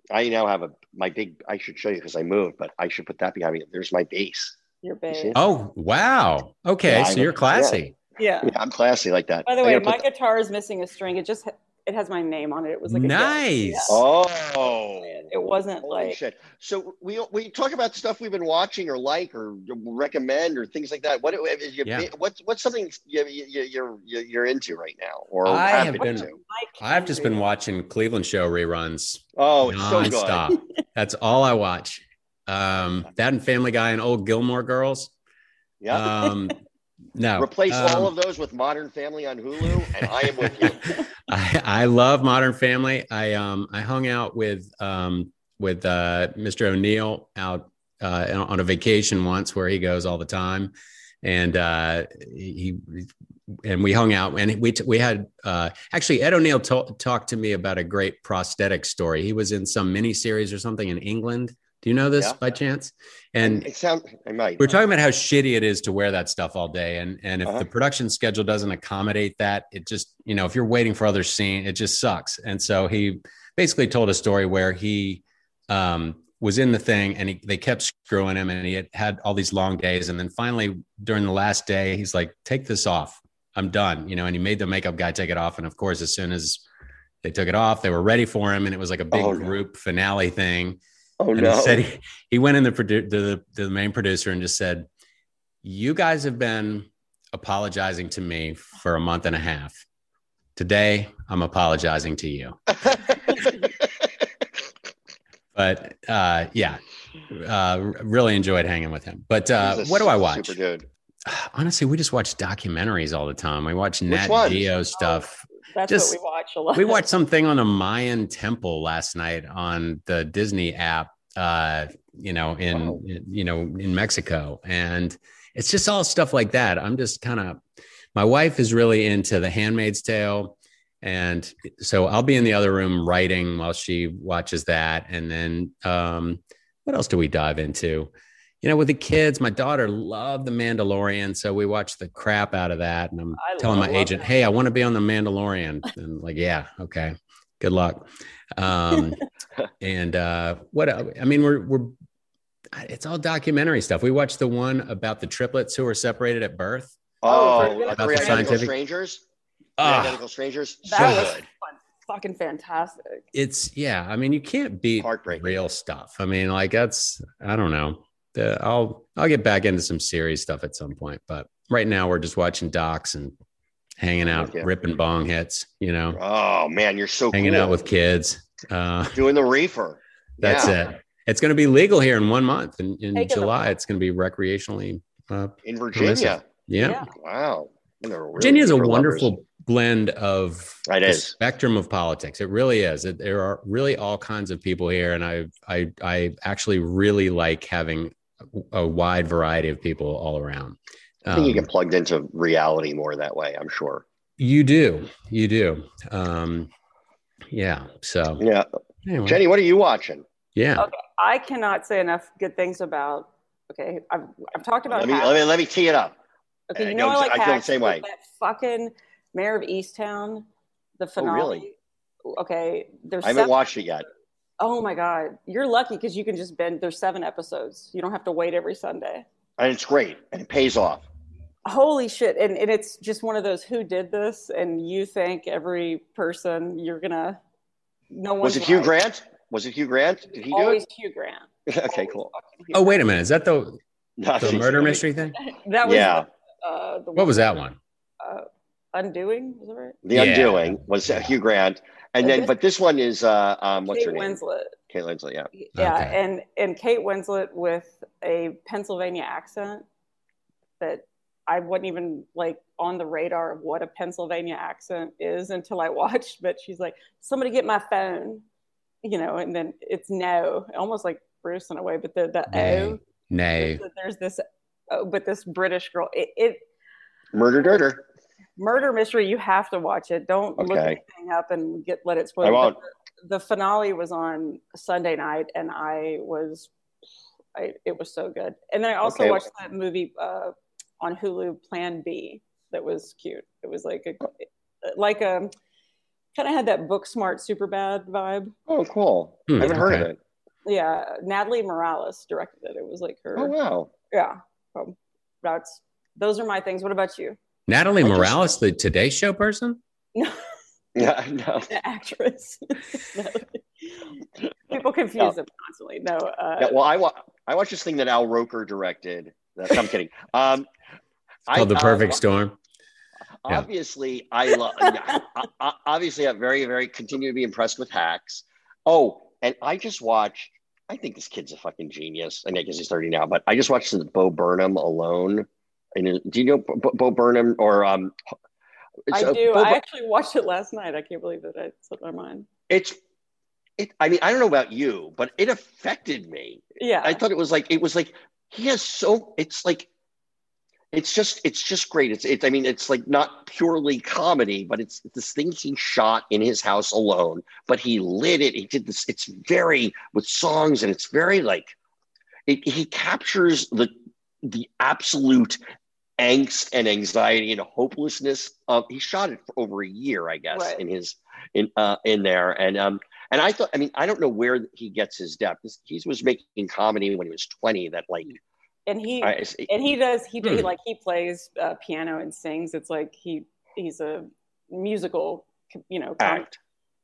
Speaker 3: I now have a my big. I should show you because I moved, but I should put that behind me. There's my bass.
Speaker 4: Your
Speaker 3: see
Speaker 4: babe.
Speaker 3: it?
Speaker 5: oh wow okay
Speaker 3: Yeah, I
Speaker 5: so
Speaker 3: know.
Speaker 5: you're classy
Speaker 4: Yeah.
Speaker 3: Yeah, I'm classy like that.
Speaker 4: By the
Speaker 3: I
Speaker 4: way,
Speaker 3: gotta put
Speaker 4: my guitar is missing a string. It just ha- it has my name on it. It was like a gift.
Speaker 5: nice
Speaker 4: Yeah.
Speaker 3: Oh,
Speaker 4: It wasn't
Speaker 3: holy
Speaker 4: like
Speaker 3: shit! So we we talk about stuff we've been watching or like or recommend or things like that. What is your,
Speaker 5: Yeah.
Speaker 3: what's what's something you, you, you're you're you're into right now or
Speaker 5: I
Speaker 3: have
Speaker 5: have
Speaker 3: been
Speaker 5: been-
Speaker 3: to?
Speaker 4: Mike
Speaker 5: i've just been
Speaker 4: Henry.
Speaker 5: watching cleveland show reruns
Speaker 3: Oh, it's so good.
Speaker 5: nonstop. That's all I watch. Um, that and Family Guy and old Gilmore Girls.
Speaker 3: Yeah.
Speaker 5: Um, no, Um,
Speaker 3: Replace all of those with Modern Family on Hulu, and I am with you.
Speaker 5: I, I love Modern Family. I um I hung out with um with uh, Mr. O'Neill out uh, on a vacation once where he goes all the time, and uh, he he- and we hung out and we t- we had uh, actually Ed O'Neill to- talked to me about a great prosthetic story. He was in some miniseries or something in England. Do you know this
Speaker 3: Yeah.
Speaker 5: by chance? And
Speaker 3: it sounds I might.
Speaker 5: we're talking about how shitty it is to wear that stuff all day, and and if
Speaker 3: Uh-huh.
Speaker 5: the production schedule doesn't accommodate that, it just you know if you're waiting for other scene, it just sucks. And so he basically told a story where he um, was in the thing, and he, they kept screwing him, and he had had all these long days, and then finally during the last day, he's like, "Take this off, I'm done," you know, and he made the makeup guy take it off, and of course, as soon as they took it off, they were ready for him, and it was like a big
Speaker 3: Oh, no.
Speaker 5: group finale thing
Speaker 3: oh
Speaker 5: and
Speaker 3: no!
Speaker 5: he said he, he went in the, produ- to the to the main producer and just said, "You guys have been apologizing to me for a month and a half. Today, I'm apologizing to you." But uh, yeah, uh, really enjoyed hanging with him. But uh,
Speaker 3: He's a
Speaker 5: what do I
Speaker 3: super
Speaker 5: watch?
Speaker 3: dude.
Speaker 5: Honestly, we just watch documentaries all the time. We watch Nat
Speaker 3: ones?
Speaker 5: Geo stuff.
Speaker 4: That's
Speaker 5: Just-
Speaker 4: what we watch a lot.
Speaker 5: we watched something on a Mayan temple last night on the Disney app. Uh, you know, in
Speaker 3: Wow.
Speaker 5: you know in Mexico, and it's just all stuff like that. I'm just kind of. My wife is really into The Handmaid's Tale And so I'll be in the other room writing while she watches that. And then um, what else do we dive into? You know, with the kids, my daughter loved The Mandalorian. So we watched the crap out of that. And I'm
Speaker 4: I
Speaker 5: telling
Speaker 4: love
Speaker 5: my agent,
Speaker 4: that.
Speaker 5: hey, I want to be on The Mandalorian. And like, yeah, okay, good luck. Um, and uh, what el- I mean, we're, we're, it's all documentary stuff. We watched the one about the triplets who were separated at birth.
Speaker 4: Oh,
Speaker 3: Oh,
Speaker 4: about
Speaker 5: the
Speaker 3: three identical
Speaker 5: scientific-
Speaker 3: strangers. Three
Speaker 5: Ah,
Speaker 3: identical strangers. So
Speaker 4: That was
Speaker 3: good.
Speaker 4: fun. fucking fantastic.
Speaker 5: it's yeah. I mean, you can't beat
Speaker 3: Heartbreaking.
Speaker 5: real stuff. I mean, like that's I don't know. The, I'll I'll get back into some serious stuff at some point, but right now we're just watching docs and hanging out,
Speaker 3: Okay.
Speaker 5: ripping bong hits. You know,
Speaker 3: Oh man, you're so
Speaker 5: hanging
Speaker 3: cool.
Speaker 5: out with kids. Uh,
Speaker 3: doing the reefer.
Speaker 5: that's it. It's going to be legal here in one month, in, in
Speaker 4: Taking the-
Speaker 5: July. It's going to be recreationally. Uh,
Speaker 3: in Virginia.
Speaker 5: yeah.
Speaker 4: Yeah.
Speaker 3: Wow. And they're really
Speaker 5: Virginia is a
Speaker 3: reefer lovers.
Speaker 5: wonderful blend of
Speaker 3: It
Speaker 5: the
Speaker 3: is.
Speaker 5: spectrum of politics. It really is. It, there are really all kinds of people here, and I I I actually really like having a wide variety of people all around.
Speaker 3: I think you
Speaker 5: Um,
Speaker 3: get plugged into reality more that way. I'm sure.
Speaker 5: you do, you do. Um, yeah. So
Speaker 3: Yeah,
Speaker 5: anyway,
Speaker 3: Jenny, what are you watching?
Speaker 5: yeah,
Speaker 4: I cannot say enough good things about. Okay, I've, I've talked about.
Speaker 3: Let me,
Speaker 4: Hacks.
Speaker 3: let me let me tee it up.
Speaker 4: okay,
Speaker 3: I
Speaker 4: you know I
Speaker 3: don't-
Speaker 4: like
Speaker 3: I feel the
Speaker 4: Hacks,
Speaker 3: same way.
Speaker 4: but That fucking mayor of Easttown, the
Speaker 3: Oh,
Speaker 4: finale.
Speaker 3: really?
Speaker 4: Okay, there's.
Speaker 3: I haven't
Speaker 4: seven-
Speaker 3: watched it yet.
Speaker 4: Oh my god, you're lucky because you can just bend. There's seven episodes. You don't have to wait every Sunday.
Speaker 3: And it's great. And it pays off.
Speaker 4: Holy shit! And and it's just one of those who did this, and you think every person you're gonna. No one
Speaker 3: Was it Hugh Grant? Was it Hugh Grant? Did he do
Speaker 4: Always
Speaker 3: it?
Speaker 4: Hugh Grant.
Speaker 3: okay,
Speaker 4: Always
Speaker 3: cool.
Speaker 4: fucking Hugh
Speaker 5: Oh wait a minute, is that the the
Speaker 3: Nothing.
Speaker 5: murder mystery thing?
Speaker 4: Grant. That was.
Speaker 3: yeah,
Speaker 4: Uh, the uh,
Speaker 5: What was that one?
Speaker 4: Undoing? Was that right?
Speaker 3: The
Speaker 5: Yeah.
Speaker 3: Undoing was uh, Hugh Grant, and then but this one is uh, um, what's
Speaker 4: Kate
Speaker 3: her name?
Speaker 4: Winslet.
Speaker 3: Kate Winslet. Yeah,
Speaker 4: Yeah,
Speaker 5: Okay.
Speaker 4: and and Kate Winslet with a Pennsylvania accent that I wasn't even like on the radar of what a Pennsylvania accent is until I watched. But she's like, "Somebody get my phone," you know, and then it's no, almost like Bruce in a way, but the the O.
Speaker 5: Nay,
Speaker 4: so There's this, oh, but this British girl. It, it
Speaker 3: Murder Dirter.
Speaker 4: murder mystery. You have to watch it. Don't look
Speaker 3: Okay.
Speaker 4: anything up and get let it spoil.
Speaker 3: I
Speaker 4: you.
Speaker 3: won't.
Speaker 4: The finale was on Sunday night, and I was, I, it was so good. And then I also
Speaker 3: Okay.
Speaker 4: watched that movie uh, on Hulu, Plan B. That was cute. It was like a, like a, kind of had that book smart super bad vibe.
Speaker 3: Oh, cool.
Speaker 5: Hmm,
Speaker 3: I haven't heard of
Speaker 5: okay.
Speaker 3: it.
Speaker 4: Yeah, Natalie Morales directed it. It was like her.
Speaker 3: Oh wow.
Speaker 4: Yeah, so that's those are my things. What about you?
Speaker 5: Natalie
Speaker 3: I just-
Speaker 5: Morales, the Today Show person.
Speaker 4: No.
Speaker 3: Yeah, no.
Speaker 4: the actress. No. People confuse
Speaker 3: No.
Speaker 4: them constantly. No, uh,
Speaker 3: Yeah, well, I wa- I watched this thing that Al Roker directed. That's, I'm kidding. Um, I-
Speaker 5: Called the
Speaker 3: uh,
Speaker 5: Perfect Storm. Yeah.
Speaker 3: Obviously, I love. obviously, I'm very, very continue to be impressed with hacks. Oh, and I just watched. I think this kid's a fucking genius. I mean, I guess he's 30 now, but I just watched the Bo Burnham alone. And uh, do you know Bo, Bo Burnham or um? it's,
Speaker 4: I
Speaker 3: uh,
Speaker 4: do.
Speaker 3: Bo
Speaker 4: I
Speaker 3: Bur-
Speaker 4: actually watched it last night. I can't believe that I slipped my mind.
Speaker 3: it's. It, I mean, I don't know about you, but it affected me.
Speaker 4: Yeah,
Speaker 3: I thought it was like it was like he has so it's like it's just it's just great. It's it's I mean it's like not purely comedy, but it's this thing he shot in his house alone. But he lit it. He did this. It's very with songs and it's very like it, he captures the the absolute angst and anxiety and hopelessness of he shot it for over a year i guess
Speaker 4: Right.
Speaker 3: in his in uh in there and um and i thought i mean i don't know where he gets his depth This- he was making comedy when he was 20 that like
Speaker 4: and he
Speaker 3: I, I-
Speaker 4: and he does. He, he
Speaker 5: Hmm.
Speaker 4: like he plays uh, piano and sings. It's like he he's a musical, you know. com-
Speaker 3: act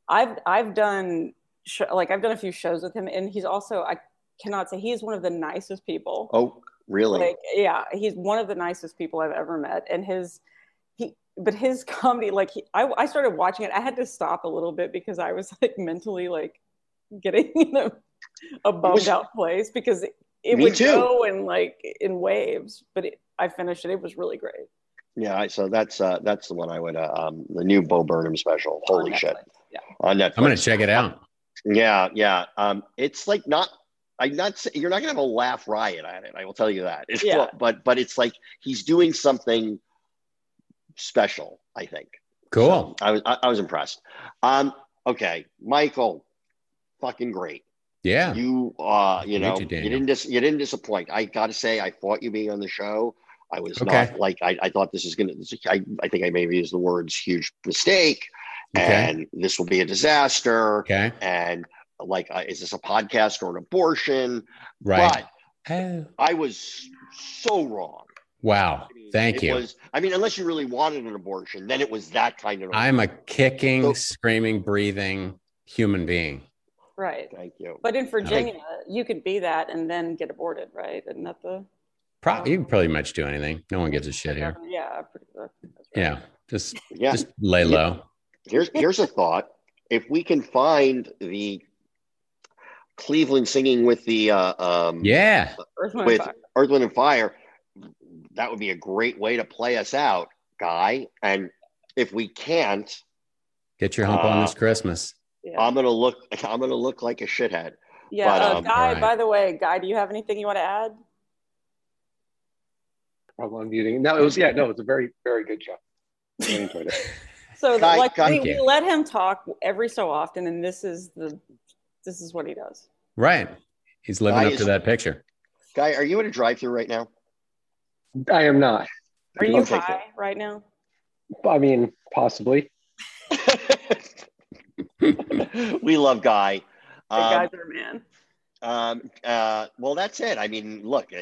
Speaker 4: I've I've done sh- like I've done a few shows with him, and he's also I cannot say he is one of the nicest people.
Speaker 3: oh really
Speaker 4: like yeah he's one of the nicest people i've ever met and his he but his comedy like he, I, I started watching it i had to stop a little bit because i was like mentally like getting in a, a bummed
Speaker 3: was-
Speaker 4: out place because it, it
Speaker 3: Me
Speaker 4: would
Speaker 3: too.
Speaker 4: go in like in waves but it, i finished it it was really great
Speaker 3: yeah I- so that's uh that's the one i would uh, um the new bo burnham special holy
Speaker 4: on
Speaker 3: shit
Speaker 4: Netflix.
Speaker 3: on netflix
Speaker 5: I'm going to check it out.
Speaker 3: Yeah, yeah. Um, it's like not. I'm not. say- You're not gonna have a laugh riot at it. I will tell you that. It's-
Speaker 4: Yeah.
Speaker 3: But but it's like he's doing something special. I think.
Speaker 5: Cool.
Speaker 3: I was I, I was impressed. Um, okay, Michael, fucking great.
Speaker 5: Yeah.
Speaker 3: You uh, you
Speaker 5: Thank
Speaker 3: know,
Speaker 5: you,
Speaker 3: you,
Speaker 5: Daniel.
Speaker 3: didn't dis- you didn't disappoint. I got to say, I thought you being on the show. I was
Speaker 5: Okay.
Speaker 3: not like I, I thought this is gonna. This, I I think I maybe used the words huge mistake,
Speaker 5: Okay.
Speaker 3: and this will be a disaster.
Speaker 5: Okay.
Speaker 3: And like, uh, is this a podcast or an abortion?
Speaker 5: Right.
Speaker 3: But
Speaker 5: Oh.
Speaker 3: I was so wrong.
Speaker 5: Wow.
Speaker 3: I mean,
Speaker 5: Oh, Thank
Speaker 3: it
Speaker 5: you.
Speaker 3: Was, I mean, unless you really wanted an abortion, then it was that kind of.
Speaker 5: I'm a kicking,
Speaker 3: So-
Speaker 5: screaming, breathing human being.
Speaker 4: right.
Speaker 3: Thank you.
Speaker 4: But in Virginia, you could be that and then get aborted, right? Isn't that the
Speaker 5: Pro- you can pretty much do anything. No one gives a shit here.
Speaker 4: yeah? Pretty, that's right.
Speaker 5: Yeah. Just
Speaker 3: yeah.
Speaker 5: just lay low.
Speaker 3: Here's here's a thought. If we can find the Cleveland singing with the uh, um,
Speaker 5: Yeah.
Speaker 4: Earth, Wind, and
Speaker 3: with
Speaker 4: Fire.
Speaker 3: Earth, Wind, and Fire, that would be a great way to play us out, guy. And if we can't,
Speaker 5: Get your hump on
Speaker 3: Uh,
Speaker 5: this Christmas.
Speaker 4: Yeah.
Speaker 3: I'm gonna look. I'm gonna look like a shithead.
Speaker 4: yeah.
Speaker 3: but,
Speaker 4: uh,
Speaker 3: um,
Speaker 4: guy,
Speaker 5: right.
Speaker 4: by the way, guy, do you have anything you want to add?
Speaker 7: problem muting. No, it was yeah, no, it was a very very good show. I enjoyed it.
Speaker 4: So
Speaker 3: Guy-
Speaker 4: like
Speaker 3: guy-
Speaker 4: we,
Speaker 5: Thank you.
Speaker 4: we let him talk every so often, and this is the this is what he does.
Speaker 5: Right. He's living
Speaker 3: Guy
Speaker 5: up
Speaker 3: is-
Speaker 5: to that picture.
Speaker 3: Guy, are you in a drive-through right now?
Speaker 7: I am not.
Speaker 4: Are you
Speaker 3: I'll take
Speaker 4: high right now?
Speaker 7: I mean, possibly.
Speaker 3: we love Guy.
Speaker 4: The
Speaker 3: Um,
Speaker 4: guys are man.
Speaker 3: um, uh, well, that's it. I mean, look, uh,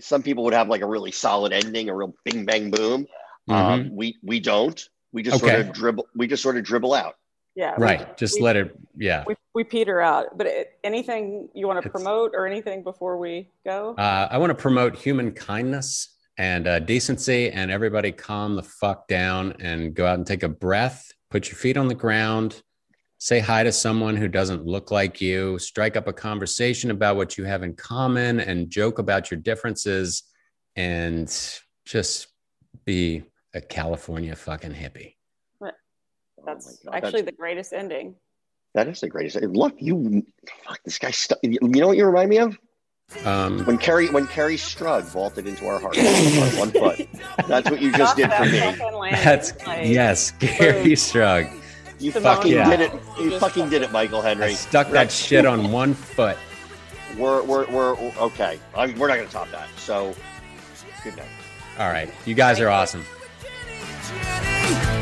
Speaker 3: some people would have like a really solid ending, a real bing bang boom.
Speaker 5: Mhm.
Speaker 3: Um, we we don't. We just
Speaker 5: Okay.
Speaker 3: sort of dribble. We just sort of dribble out.
Speaker 4: Yeah. we-
Speaker 5: right. Just
Speaker 4: we-
Speaker 5: let it. Yeah.
Speaker 4: We, we peter out. But it, anything you want to
Speaker 5: It's-
Speaker 4: promote or anything before we go?
Speaker 5: Uh, I want to promote human kindness and uh, decency, and everybody calm the fuck down and go out and take a breath, put your feet on the ground, say hi to someone who doesn't look like you, strike up a conversation about what you have in common, and joke about your differences, and just be a California fucking hippie.
Speaker 3: Oh
Speaker 4: that's
Speaker 3: my God,
Speaker 4: actually
Speaker 3: that's-
Speaker 4: the greatest ending.
Speaker 3: that is the greatest. and Look, you fuck this guy. Stu- you know what you remind me of
Speaker 5: Um,
Speaker 3: when Carrie when Carrie Strug vaulted into our hearts on one foot. That's what you just did for me.
Speaker 5: that's yes, Gary Shrug.
Speaker 3: You
Speaker 4: Simone
Speaker 3: fucking
Speaker 5: Yeah.
Speaker 3: did it. You fucking did it, Michael
Speaker 5: I
Speaker 3: Henry.
Speaker 5: stuck that shit on one foot.
Speaker 3: We're we're we're okay. I'm, we're not gonna top that. So good night.
Speaker 5: All right, you guys are awesome.
Speaker 2: Jenny,